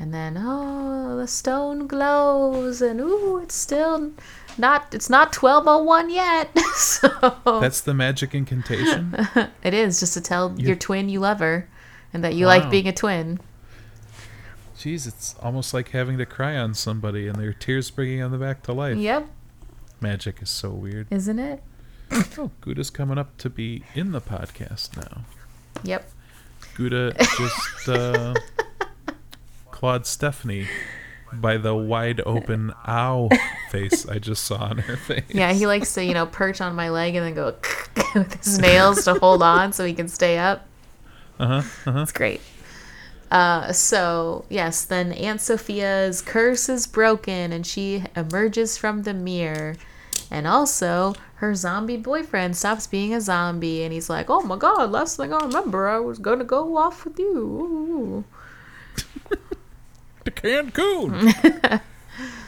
Speaker 2: And then, oh, the stone glows, and ooh, it's still not. It's not twelve oh one yet. so
Speaker 3: That's the magic incantation.
Speaker 2: it is just to tell
Speaker 3: You-
Speaker 2: your twin you love her, and that you
Speaker 3: Wow.
Speaker 2: like being a twin.
Speaker 3: Jeez, it's almost like having to cry on somebody and their tears bringing them back to life.
Speaker 2: Yep,
Speaker 3: Magic is so weird.
Speaker 2: isn't it?
Speaker 3: Oh, Gouda's coming up to be in the podcast now.
Speaker 2: Yep.
Speaker 3: Gouda just uh, clawed Stephanie by the wide open ow face I just saw on her face.
Speaker 2: Yeah, he likes to, you know, perch on my leg and then go with his nails to hold on so he can stay up.
Speaker 3: Uh huh. Uh huh.
Speaker 2: That's great. Uh, so, yes, then Aunt Sophia's curse is broken and she emerges from the mirror. And also, her zombie boyfriend stops being a zombie and he's like, oh my god, last thing I remember, I was going to go off with you. Ooh.
Speaker 3: To Cancun.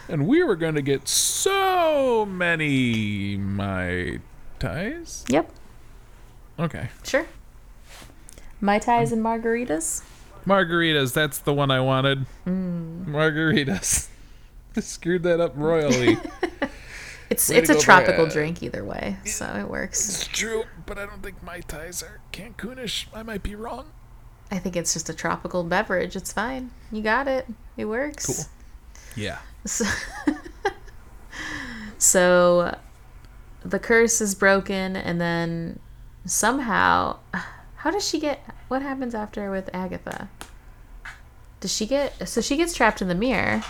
Speaker 3: and we were going to get so many my ties.
Speaker 2: Yep,
Speaker 3: Okay.
Speaker 2: sure.
Speaker 4: My ties and margaritas?
Speaker 3: Margaritas, that's the one I wanted. Hmm. Margaritas. I screwed that up royally.
Speaker 2: It's
Speaker 3: Way to
Speaker 2: it's a
Speaker 3: go,
Speaker 2: tropical
Speaker 3: Brad.
Speaker 2: drink either way, so it works.
Speaker 3: it's true, but I don't think my ties are Cancunish. I might be wrong.
Speaker 2: I think it's just a tropical beverage. It's fine. You got it. It works.
Speaker 3: Cool. Yeah.
Speaker 2: So, so the curse is broken, and then somehow, how does she get? What happens after with Agatha? Does she get? So she gets trapped in the mirror,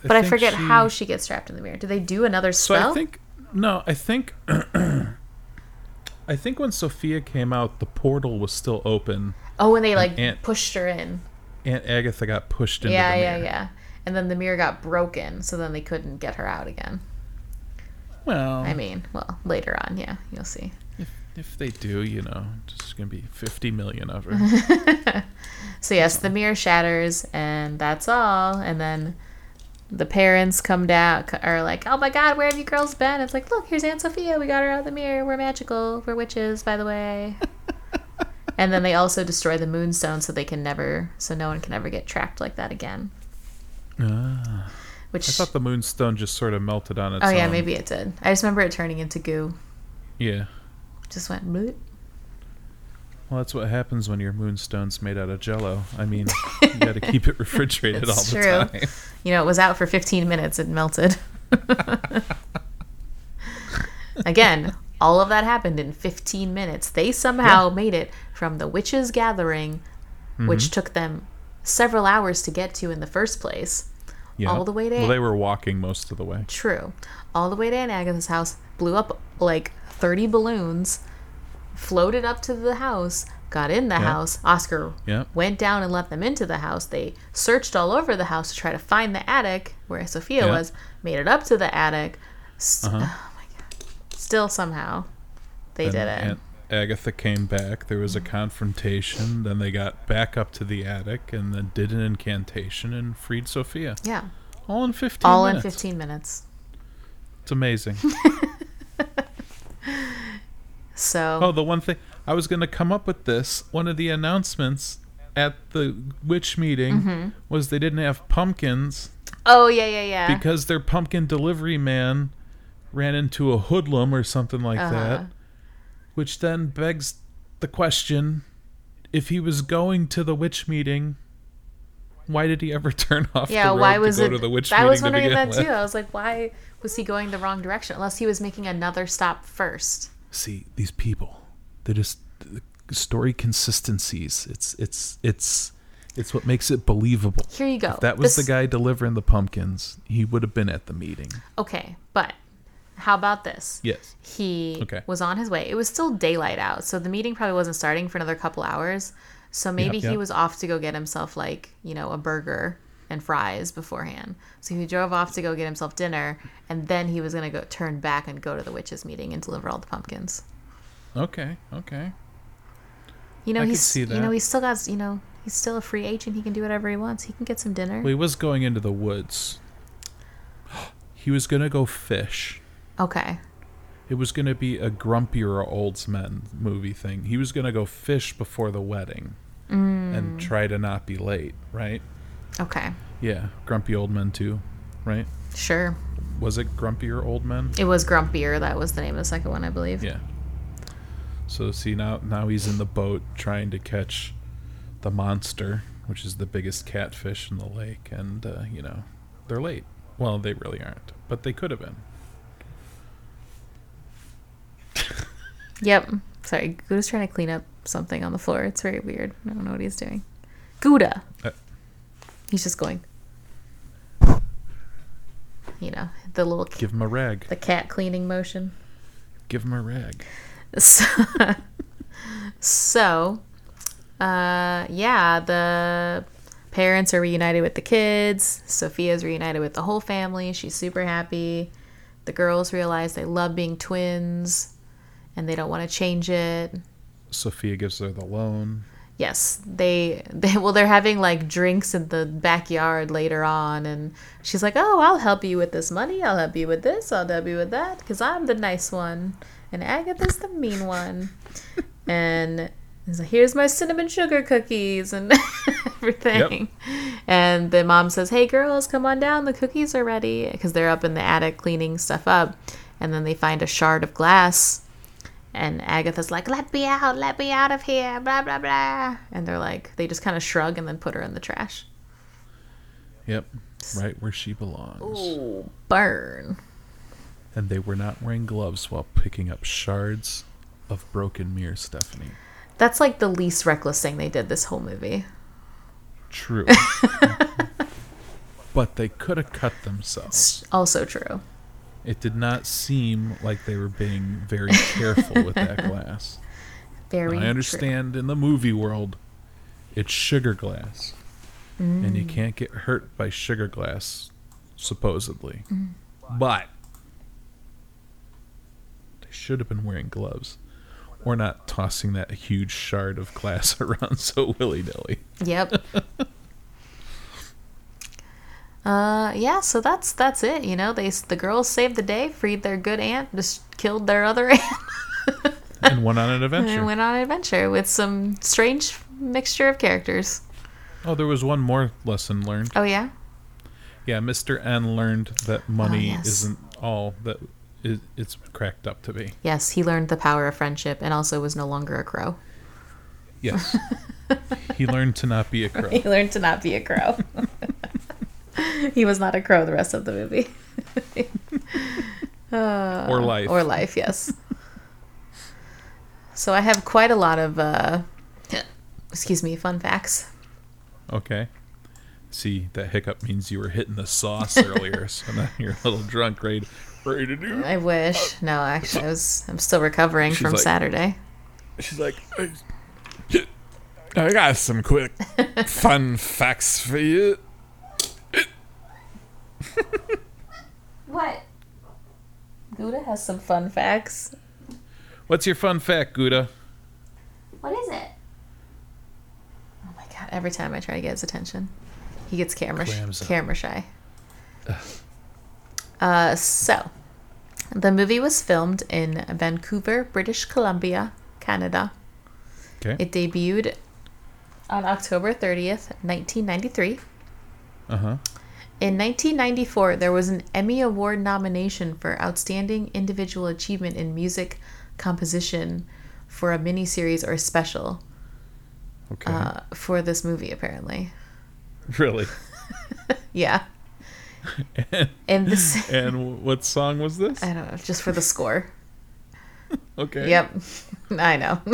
Speaker 2: but I,
Speaker 3: think
Speaker 2: forget how
Speaker 3: she-
Speaker 2: she gets trapped in the mirror. Do they do another
Speaker 3: So
Speaker 2: spell?
Speaker 3: I think no, I think I think when Sophia came out, the portal was still open.
Speaker 2: oh, when they like
Speaker 3: Aunt-
Speaker 2: pushed her in.
Speaker 3: Aunt Agatha got pushed into
Speaker 2: Yeah,
Speaker 3: the
Speaker 2: yeah,
Speaker 3: mirror.
Speaker 2: yeah. And then the mirror got broken, so then they couldn't get her out again.
Speaker 3: Well,
Speaker 2: I mean, well, later on, yeah, you'll see.
Speaker 3: if, if they do, you know, just gonna be fifty million of her.
Speaker 2: So yes, the mirror shatters, and that's all. And then the parents come down, are like, "Oh my God, where have you girls been?" It's like, "Look, here's Aunt Sophia. We got her out of the mirror. We're magical. We're witches, by the way." and then they also destroy the moonstone, so they can never, so no one can ever get trapped like that again.
Speaker 3: ah, I
Speaker 2: Which,
Speaker 3: thought the moonstone just sort of melted on its
Speaker 2: oh yeah,
Speaker 3: own.
Speaker 2: maybe it did. I just remember it turning into goo.
Speaker 3: Yeah.
Speaker 2: Just went bloop.
Speaker 3: Well, that's what happens when your moonstone's made out of jello. I mean, you got to keep it refrigerated all
Speaker 2: It's
Speaker 3: the
Speaker 2: true.
Speaker 3: time.
Speaker 2: You know, it was out for 15 minutes. It melted. Again, all of that happened in 15 minutes. They somehow made it from the witches' gathering,
Speaker 3: Mm-hmm.
Speaker 2: which took them several hours to get to in the first place.
Speaker 3: Yeah.
Speaker 2: All the way to-
Speaker 3: Well, they were walking most of the way.
Speaker 2: True. All the way to Aunt Agatha's house, blew up like 30 balloons, floated up to the house, got in the
Speaker 3: Yeah.
Speaker 2: house. Oscar
Speaker 3: Yeah.
Speaker 2: went down and let them into the house. They searched all over the house to try to find the attic where Sophia
Speaker 3: Yeah. Uh-huh.
Speaker 2: was, made it up to the attic. S Oh my god. Still somehow they did it. Mm-hmm.
Speaker 3: Then Aunt Agatha came back. There was a confrontation. Then they got back up to the attic and then did an incantation and freed Sophia.
Speaker 2: yeah.
Speaker 3: All in 15
Speaker 2: All
Speaker 3: minutes.
Speaker 2: in 15 minutes.
Speaker 3: It's amazing.
Speaker 2: So,
Speaker 3: oh, the one thing I was going to come up with this one of the announcements at the witch meeting
Speaker 2: Mm-hmm.
Speaker 3: was they didn't have pumpkins
Speaker 2: oh yeah, yeah, yeah.
Speaker 3: because their pumpkin delivery man ran into a hoodlum or something like
Speaker 2: Uh-huh.
Speaker 3: that, which then begs the question if he was going to the witch meeting, why did he ever turn off
Speaker 2: yeah,
Speaker 3: the road
Speaker 2: why was
Speaker 3: to go
Speaker 2: it
Speaker 3: to the witch
Speaker 2: I
Speaker 3: meeting
Speaker 2: was
Speaker 3: to
Speaker 2: wondering
Speaker 3: begin
Speaker 2: that
Speaker 3: with?
Speaker 2: too. I was like, why was he going the wrong direction unless he was making another stop first?
Speaker 1: See, these people, they just,
Speaker 3: story consistencies. It's it's it's it's what makes it believable.
Speaker 2: Here you go.
Speaker 3: If that was
Speaker 2: This-
Speaker 3: the guy delivering the pumpkins, he would have been at the meeting.
Speaker 2: Okay, but how about this?
Speaker 3: Yes.
Speaker 2: He
Speaker 3: Okay.
Speaker 2: was on his way. It was still daylight out, so the meeting probably wasn't starting for another couple hours. So maybe
Speaker 3: Yeah, yeah.
Speaker 2: he was off to go get himself like, you know, a burger and fries beforehand. So he drove off to go get himself dinner and then he was going to go turn back and go to the witches meeting and deliver all the pumpkins.
Speaker 3: Okay. Okay.
Speaker 2: You know,
Speaker 3: I could
Speaker 2: he's
Speaker 3: see
Speaker 2: you
Speaker 3: that.
Speaker 2: know, he's still got, you know, he's still a free agent. He can do whatever he wants. He can get some dinner.
Speaker 3: Well, he was going into the woods. He was gonna go fish.
Speaker 2: Okay.
Speaker 3: It was gonna be a grumpier old men movie thing. He was gonna go fish before the wedding and try to not be late. Right?
Speaker 2: Okay.
Speaker 3: Yeah. Grumpy old men too. Right?
Speaker 2: Sure.
Speaker 3: Was it grumpier old men?
Speaker 2: It was Grumpier. That was the name of the second one, I believe.
Speaker 3: Yeah. So see now now he's in the boat trying to catch the monster, which is the biggest catfish in the lake, and uh, you know they're late. Well, they really aren't, but they could have been.
Speaker 2: Yep. Sorry, Gouda's trying to clean up something on the floor. It's very weird. I don't know what he's doing. Gouda.
Speaker 3: Uh.
Speaker 2: he's just going. You know, the little c
Speaker 3: Give him a rag.
Speaker 2: the cat cleaning motion.
Speaker 3: Give him a rag.
Speaker 2: So, so uh, yeah, the parents are reunited with the kids. Sophia's reunited with the whole family. She's super happy. The girls realize they love being twins, and they don't want to change it.
Speaker 3: Sophia gives her the loan.
Speaker 2: Yes, they they well they're having like drinks in the backyard later on and she's like, "Oh, I'll help you with this money. I'll help you with this. I'll help you with that cuz I'm the nice one and Agatha's the mean one." and he's like, "Here's my cinnamon sugar cookies and everything." And the mom says, "Hey girls, come on down. The cookies are ready cuz they're up in the attic cleaning stuff up." And then they find a shard of glass and Agatha's like, let me out, let me out of here, blah, blah, blah. And they're like, they just kind of shrug and then put her in the trash.
Speaker 3: Yep, right where she belongs.
Speaker 2: Burn.
Speaker 3: And they were not wearing gloves while picking up shards of broken mirror, Stephanie.
Speaker 2: That's like the least reckless thing they did this whole movie.
Speaker 3: True. but they could have cut themselves.
Speaker 2: It's also true.
Speaker 3: It did not seem like they were being very careful with that glass.
Speaker 2: Very
Speaker 3: I
Speaker 2: true.
Speaker 3: understand in the movie world, it's sugar glass, and
Speaker 2: Mm.
Speaker 3: you can't get hurt by sugar glass, supposedly.
Speaker 2: Mm.
Speaker 3: But they should have been wearing gloves, or not tossing that huge shard of glass around so willy nilly.
Speaker 2: Yep. uh, yeah. So that's that's it. You know, they the girls saved the day, freed their good aunt, just killed their other aunt,
Speaker 3: And went on an
Speaker 2: and
Speaker 3: adventure.
Speaker 2: went on an adventure with some strange mixture of characters.
Speaker 3: Oh, there was one more lesson learned.
Speaker 2: Oh yeah.
Speaker 3: Yeah, Mr. N learned that money
Speaker 2: Oh, yes.
Speaker 3: isn't all that it, it's cracked up to be.
Speaker 2: Yes, he learned the power of friendship and also was no longer a crow.
Speaker 3: Yes. he learned to not be a crow.
Speaker 2: He learned to not be a crow. he was not a crow the rest of the movie.
Speaker 3: or life.
Speaker 2: Uh, Or life, yes. so I have quite a lot of, uh, excuse me, fun facts.
Speaker 3: Okay. See, that hiccup means you were hitting the sauce earlier, so now you're a little drunk, right? Ready to do.
Speaker 2: I wish. No, actually, I was. I'm still recovering from
Speaker 3: like-
Speaker 2: Saturday.
Speaker 3: She's like, I got some quick fun facts for you.
Speaker 2: What? Gouda has some fun facts.
Speaker 3: What's your fun fact, Gouda?
Speaker 2: What is it? Oh my god! Every time I try to get his attention, he gets camera
Speaker 3: Clams
Speaker 2: sh-
Speaker 3: up.
Speaker 2: camera shy. Uh, so, the movie was filmed in Vancouver, British Columbia, Canada.
Speaker 3: Okay.
Speaker 2: It debuted on October thirtieth, nineteen ninety three.
Speaker 3: Uh huh.
Speaker 2: In 1994, there was an Emmy Award nomination for Outstanding Individual Achievement in Music Composition for a miniseries or special
Speaker 3: Okay.
Speaker 2: uh, for this movie, apparently.
Speaker 3: really?
Speaker 2: Yeah. and this,
Speaker 3: And wh- what song was this?
Speaker 2: I don't know, just for the score.
Speaker 3: Okay.
Speaker 2: Uh, Yep. I know.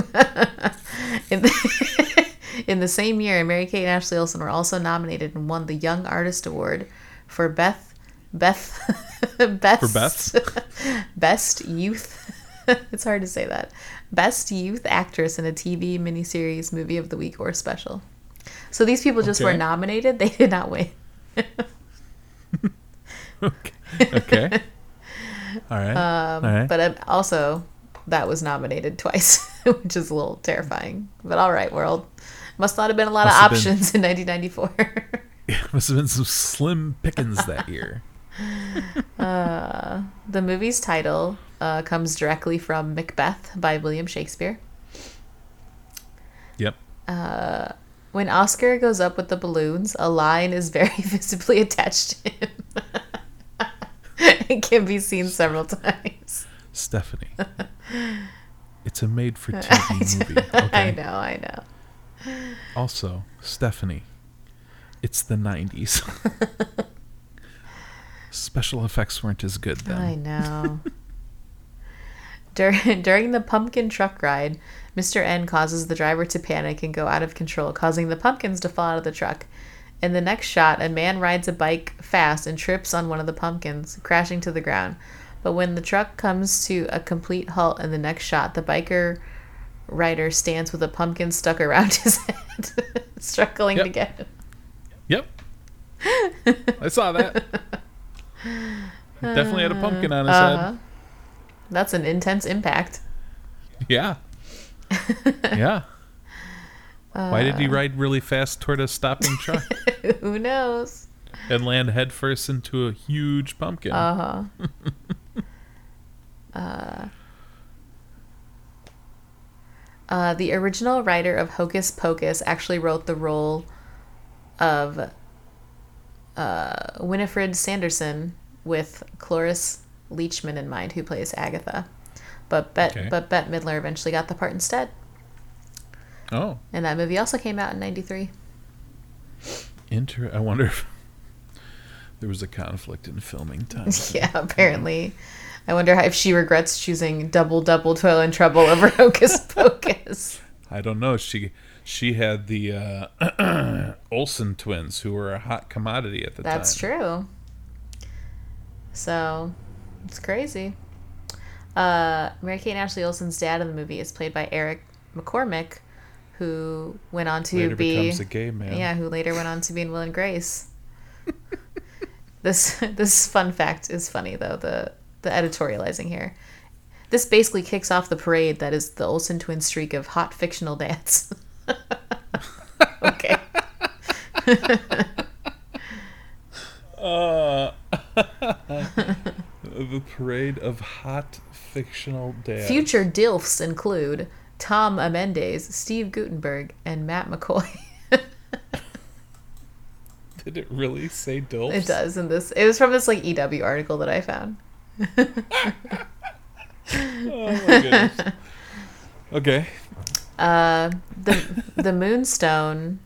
Speaker 2: in, the, in the same year, Mary Kate and Ashley Olsen were also nominated and won the Young Artist Award for Beth Beth best best youth. it's hard to say that best youth actress in a TV miniseries, movie of the week, or special. So these people just were
Speaker 3: Okay.
Speaker 2: nominated; they did not win.
Speaker 3: okay. okay. All right.
Speaker 2: Um,
Speaker 3: All right.
Speaker 2: But um, also, that was nominated twice, which is a little terrifying. But all right, world. Must not have been a lot
Speaker 3: Must
Speaker 2: of
Speaker 3: have been.
Speaker 2: options in 1994.
Speaker 3: Must have been some slim pickings that year.
Speaker 2: uh, the movie's title uh, comes directly from Macbeth by William Shakespeare.
Speaker 3: Yep.
Speaker 2: Uh, when Oscar goes up with the balloons, a line is very visibly attached to him. it can be seen several times.
Speaker 3: Stephanie. It's a made for TV movie.
Speaker 2: I
Speaker 3: Okay.
Speaker 2: know, I know.
Speaker 3: Also, Stephanie. It's the 90s. Special effects weren't as good then.
Speaker 2: I know. during, during the pumpkin truck ride, Mr. N causes the driver to panic and go out of control, causing the pumpkins to fall out of the truck. In the next shot, a man rides a bike fast and trips on one of the pumpkins, crashing to the ground. But when the truck comes to a complete halt in the next shot, the biker rider stands with a pumpkin stuck around his head, struggling to
Speaker 3: Yep.
Speaker 2: get him.
Speaker 3: Yep. I saw that. Definitely had a pumpkin on his
Speaker 2: Uh-huh. That's an intense impact.
Speaker 3: head. Yeah. Yeah. Why did he
Speaker 2: Uh.
Speaker 3: ride really fast toward a stopping truck
Speaker 2: Who knows?
Speaker 3: and land headfirst into a huge pumpkin?
Speaker 2: Uh-huh. uh uh, the original writer of Hocus Pocus actually wrote the role of uh, Winifred Sanderson with Cloris Leachman in mind, who plays Agatha. But Bet
Speaker 3: Okay.
Speaker 2: but Bette Midler eventually got the part instead,
Speaker 3: oh,
Speaker 2: and that movie also came out in '93.
Speaker 3: inter. I wonder if there was a conflict in filming time.
Speaker 2: Yeah, apparently. I wonder how, if she regrets choosing double double toil and trouble over Hocus Pocus.
Speaker 3: I don't know. She she had the uh, Olsen twins, who were a hot commodity at the time.
Speaker 2: That's true. So, it's crazy. Uh, Mary Kate and Ashley Olsen's dad in the movie is played by Eric McCormick, who went on to
Speaker 3: Later
Speaker 2: be
Speaker 3: becomes a gay man.
Speaker 2: yeah, who later went on to be in Will and Grace. this this fun fact is funny though the the editorializing here. This basically kicks off the parade that is the Olsen twin streak of hot fictional dance. okay.
Speaker 3: Uh, the parade of hot fictional dads.
Speaker 2: Future DILFs include Tom Amendes, Steve Gutenberg, and Matt McCoy.
Speaker 3: Did it really say dilfs?
Speaker 2: it does in this. It was from this like EW article that I found.
Speaker 3: Oh my goodness. okay.
Speaker 2: Uh, the the moonstone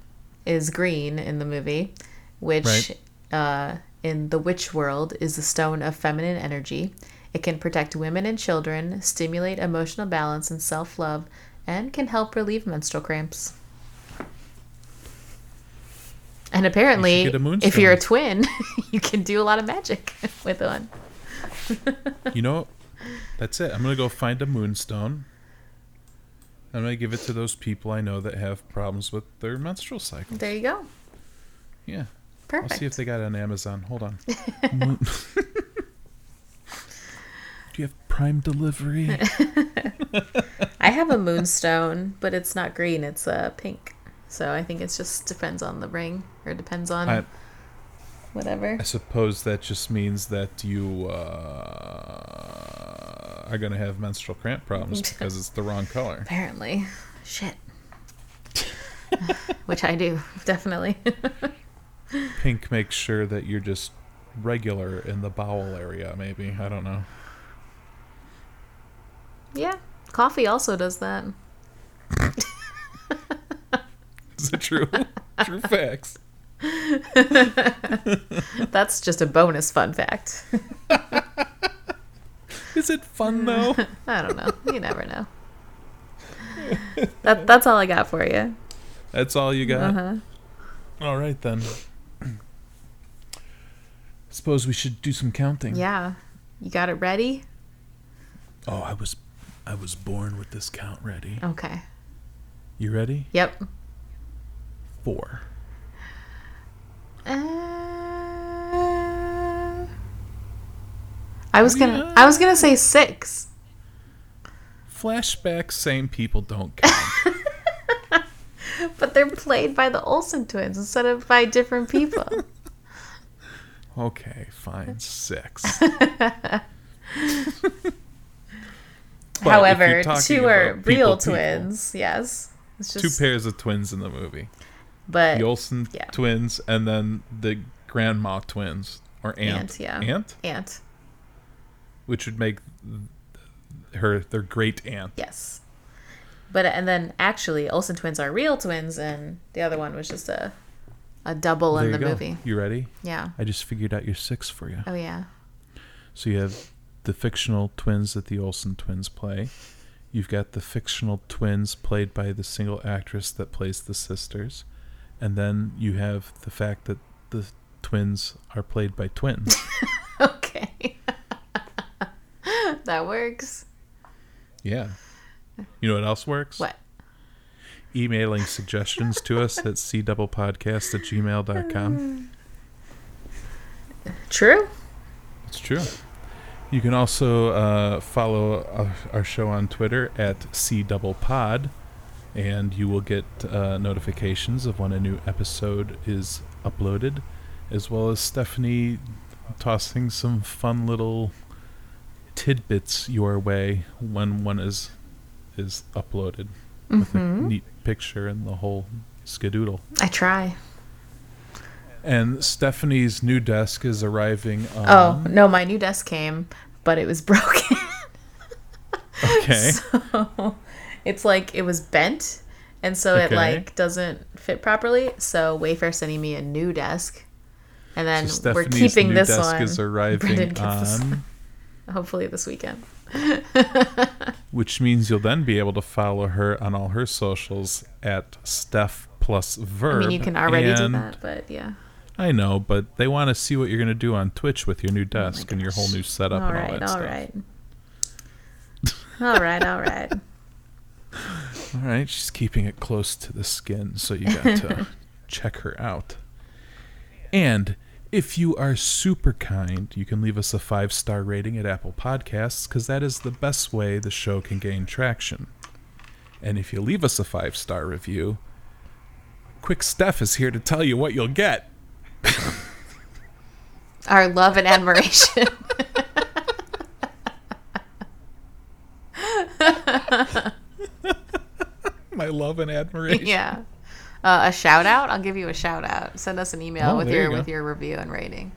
Speaker 2: is green in the movie, which
Speaker 3: Right.
Speaker 2: uh, in the witch world is the stone of feminine energy. It can protect women and children, stimulate emotional balance and self love, and can help relieve menstrual cramps. And apparently,
Speaker 3: get a
Speaker 2: if you're a
Speaker 3: moonstone.
Speaker 2: twin, you can do a lot of magic with one.
Speaker 3: You know, that's it. I'm gonna go find a moonstone. I'm gonna give it to those people I know that have problems with their menstrual cycle.
Speaker 2: There you go.
Speaker 3: Yeah.
Speaker 2: Perfect.
Speaker 3: I'll see if they got it on Amazon. Hold on. Moon- Do you have Prime delivery?
Speaker 2: I have a moonstone, but it's not green, it's uh, pink. So I think it just depends on the ring, or depends on
Speaker 3: I,
Speaker 2: whatever.
Speaker 3: I suppose that just means that you uh, are gonna have menstrual cramp problems because it's the wrong color.
Speaker 2: Apparently. Shit. Which I do, definitely.
Speaker 3: Pink makes sure that you're just regular in the bowel area. Maybe I don't know.
Speaker 2: yeah. Coffee also does that.
Speaker 3: Is it true? true facts.
Speaker 2: That's just a bonus fun fact.
Speaker 3: Is it fun though?
Speaker 2: Mm. I don't know. You never know. That, that's all I got for you.
Speaker 3: That's all you got?
Speaker 2: Uh-huh.
Speaker 3: All right, then. Suppose we should do some counting.
Speaker 2: Yeah. You got it ready?
Speaker 1: Oh, I was I was born with this count ready.
Speaker 2: Okay.
Speaker 3: You ready?
Speaker 2: Yep.
Speaker 3: Four.
Speaker 2: Uh, I was
Speaker 3: What do you
Speaker 2: gonna I was gonna say six.
Speaker 3: Flashbacks, same people don't count.
Speaker 2: But they're played by the Olsen twins instead of by different people.
Speaker 3: okay, fine. Six. But if
Speaker 2: However,
Speaker 3: you're talking
Speaker 2: two are
Speaker 3: about
Speaker 2: real
Speaker 3: people, people,
Speaker 2: twins. Yes, it's
Speaker 3: Two
Speaker 2: just
Speaker 3: pairs of twins in the movie.
Speaker 2: but
Speaker 3: the Olsen
Speaker 2: Eh, yeah.
Speaker 3: twins and then the grandma twins or aunt.
Speaker 2: Aunt, yeah.
Speaker 3: Aunt?
Speaker 2: aunt.
Speaker 3: Which would make th- her their great aunt.
Speaker 2: Yes, but and then actually Olsen twins are real twins, and the other one was just a a double in
Speaker 3: you
Speaker 2: the
Speaker 3: go.
Speaker 2: movie.
Speaker 3: You ready?
Speaker 2: Yeah.
Speaker 3: I just figured out your six for you.
Speaker 2: Oh yeah.
Speaker 3: So you have the fictional twins that the Olsen twins play. You've got the fictional twins played by the single actress that plays the sisters. And then you have the fact that the twins are played by twins.
Speaker 2: Okay. that works.
Speaker 3: yeah. You know what else works?
Speaker 2: What?
Speaker 3: Emailing suggestions to us at cdoublepodcast at gmail.com.
Speaker 2: True.
Speaker 3: It's true. You can also uh, follow our, our show on Twitter at cdoublepod, and you will get uh, notifications of when a new episode is uploaded, as well as Stephanie tossing some fun little tidbits your way when one is is uploaded with a neat picture and the whole skadoodle.
Speaker 2: I try.
Speaker 3: And Stephanie's new desk is arriving on.
Speaker 2: Oh no, my new desk came, but it was broken.
Speaker 3: okay.
Speaker 2: So it's like it was bent, and so it
Speaker 3: Okay.
Speaker 2: like doesn't fit properly. So Wayfair sending me a new desk, and then
Speaker 3: So
Speaker 2: we're
Speaker 3: Stephanie's
Speaker 2: keeping
Speaker 3: new
Speaker 2: this
Speaker 3: desk
Speaker 2: one.
Speaker 3: is arriving
Speaker 2: Brendan gets this
Speaker 3: on,
Speaker 2: Hopefully this weekend.
Speaker 3: which means you'll then be able to follow her on all her socials at Steph plus
Speaker 2: I
Speaker 3: Verb.
Speaker 2: mean, you can already do
Speaker 3: and-
Speaker 2: that, but yeah.
Speaker 3: I know, but they want to see what you're going to do on Twitch with your new desk and your whole new setup
Speaker 2: Oh All
Speaker 3: and all
Speaker 2: right,
Speaker 3: that
Speaker 2: all
Speaker 3: stuff.
Speaker 2: right, all right, all right.
Speaker 3: All right, she's keeping it close to the skin, so you got to check her out. And if you are super kind, you can leave us a five star rating at Apple Podcasts because that is the best way the show can gain traction. And if you leave us a five star review, Quick Steph is here to tell you what you'll get.
Speaker 2: Our love and admiration.
Speaker 3: My love and admiration.
Speaker 2: yeah. Uh, a shout out. I'll give you a shout out. Send us an email
Speaker 3: Oh,
Speaker 2: with
Speaker 3: there you
Speaker 2: your
Speaker 3: go.
Speaker 2: with your review and rating,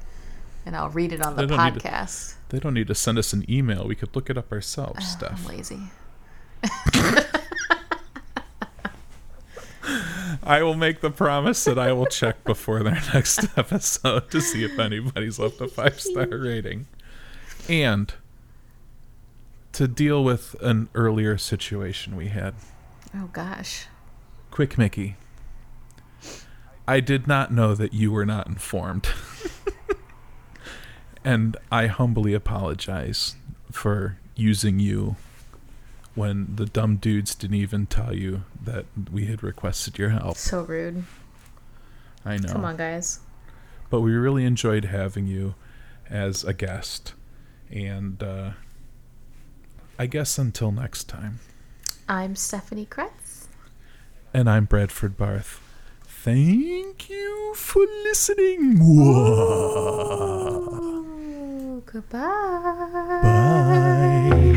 Speaker 2: and I'll read it on the
Speaker 3: I don't need to-
Speaker 2: podcast.
Speaker 3: They don't need to send us an email. We could look it up ourselves,
Speaker 2: I'm
Speaker 3: Steph.
Speaker 2: lazy.
Speaker 3: I will make the promise that I will check before their next episode to see if anybody's left a five star rating. And to deal with an earlier situation we had.
Speaker 2: Oh gosh.
Speaker 3: Quick Mickey. I did not know that you were not informed. and I humbly apologize for using you when the dumb dudes didn't even tell you that we had requested your help.
Speaker 2: So rude.
Speaker 3: I know.
Speaker 2: Come on, guys.
Speaker 3: but we really enjoyed having you as a guest. And uh, I guess until next time.
Speaker 2: I'm Stephanie Kretz.
Speaker 3: And I'm Bradford Barth. Thank you for listening. Mwah.
Speaker 2: Goodbye.
Speaker 3: Bye.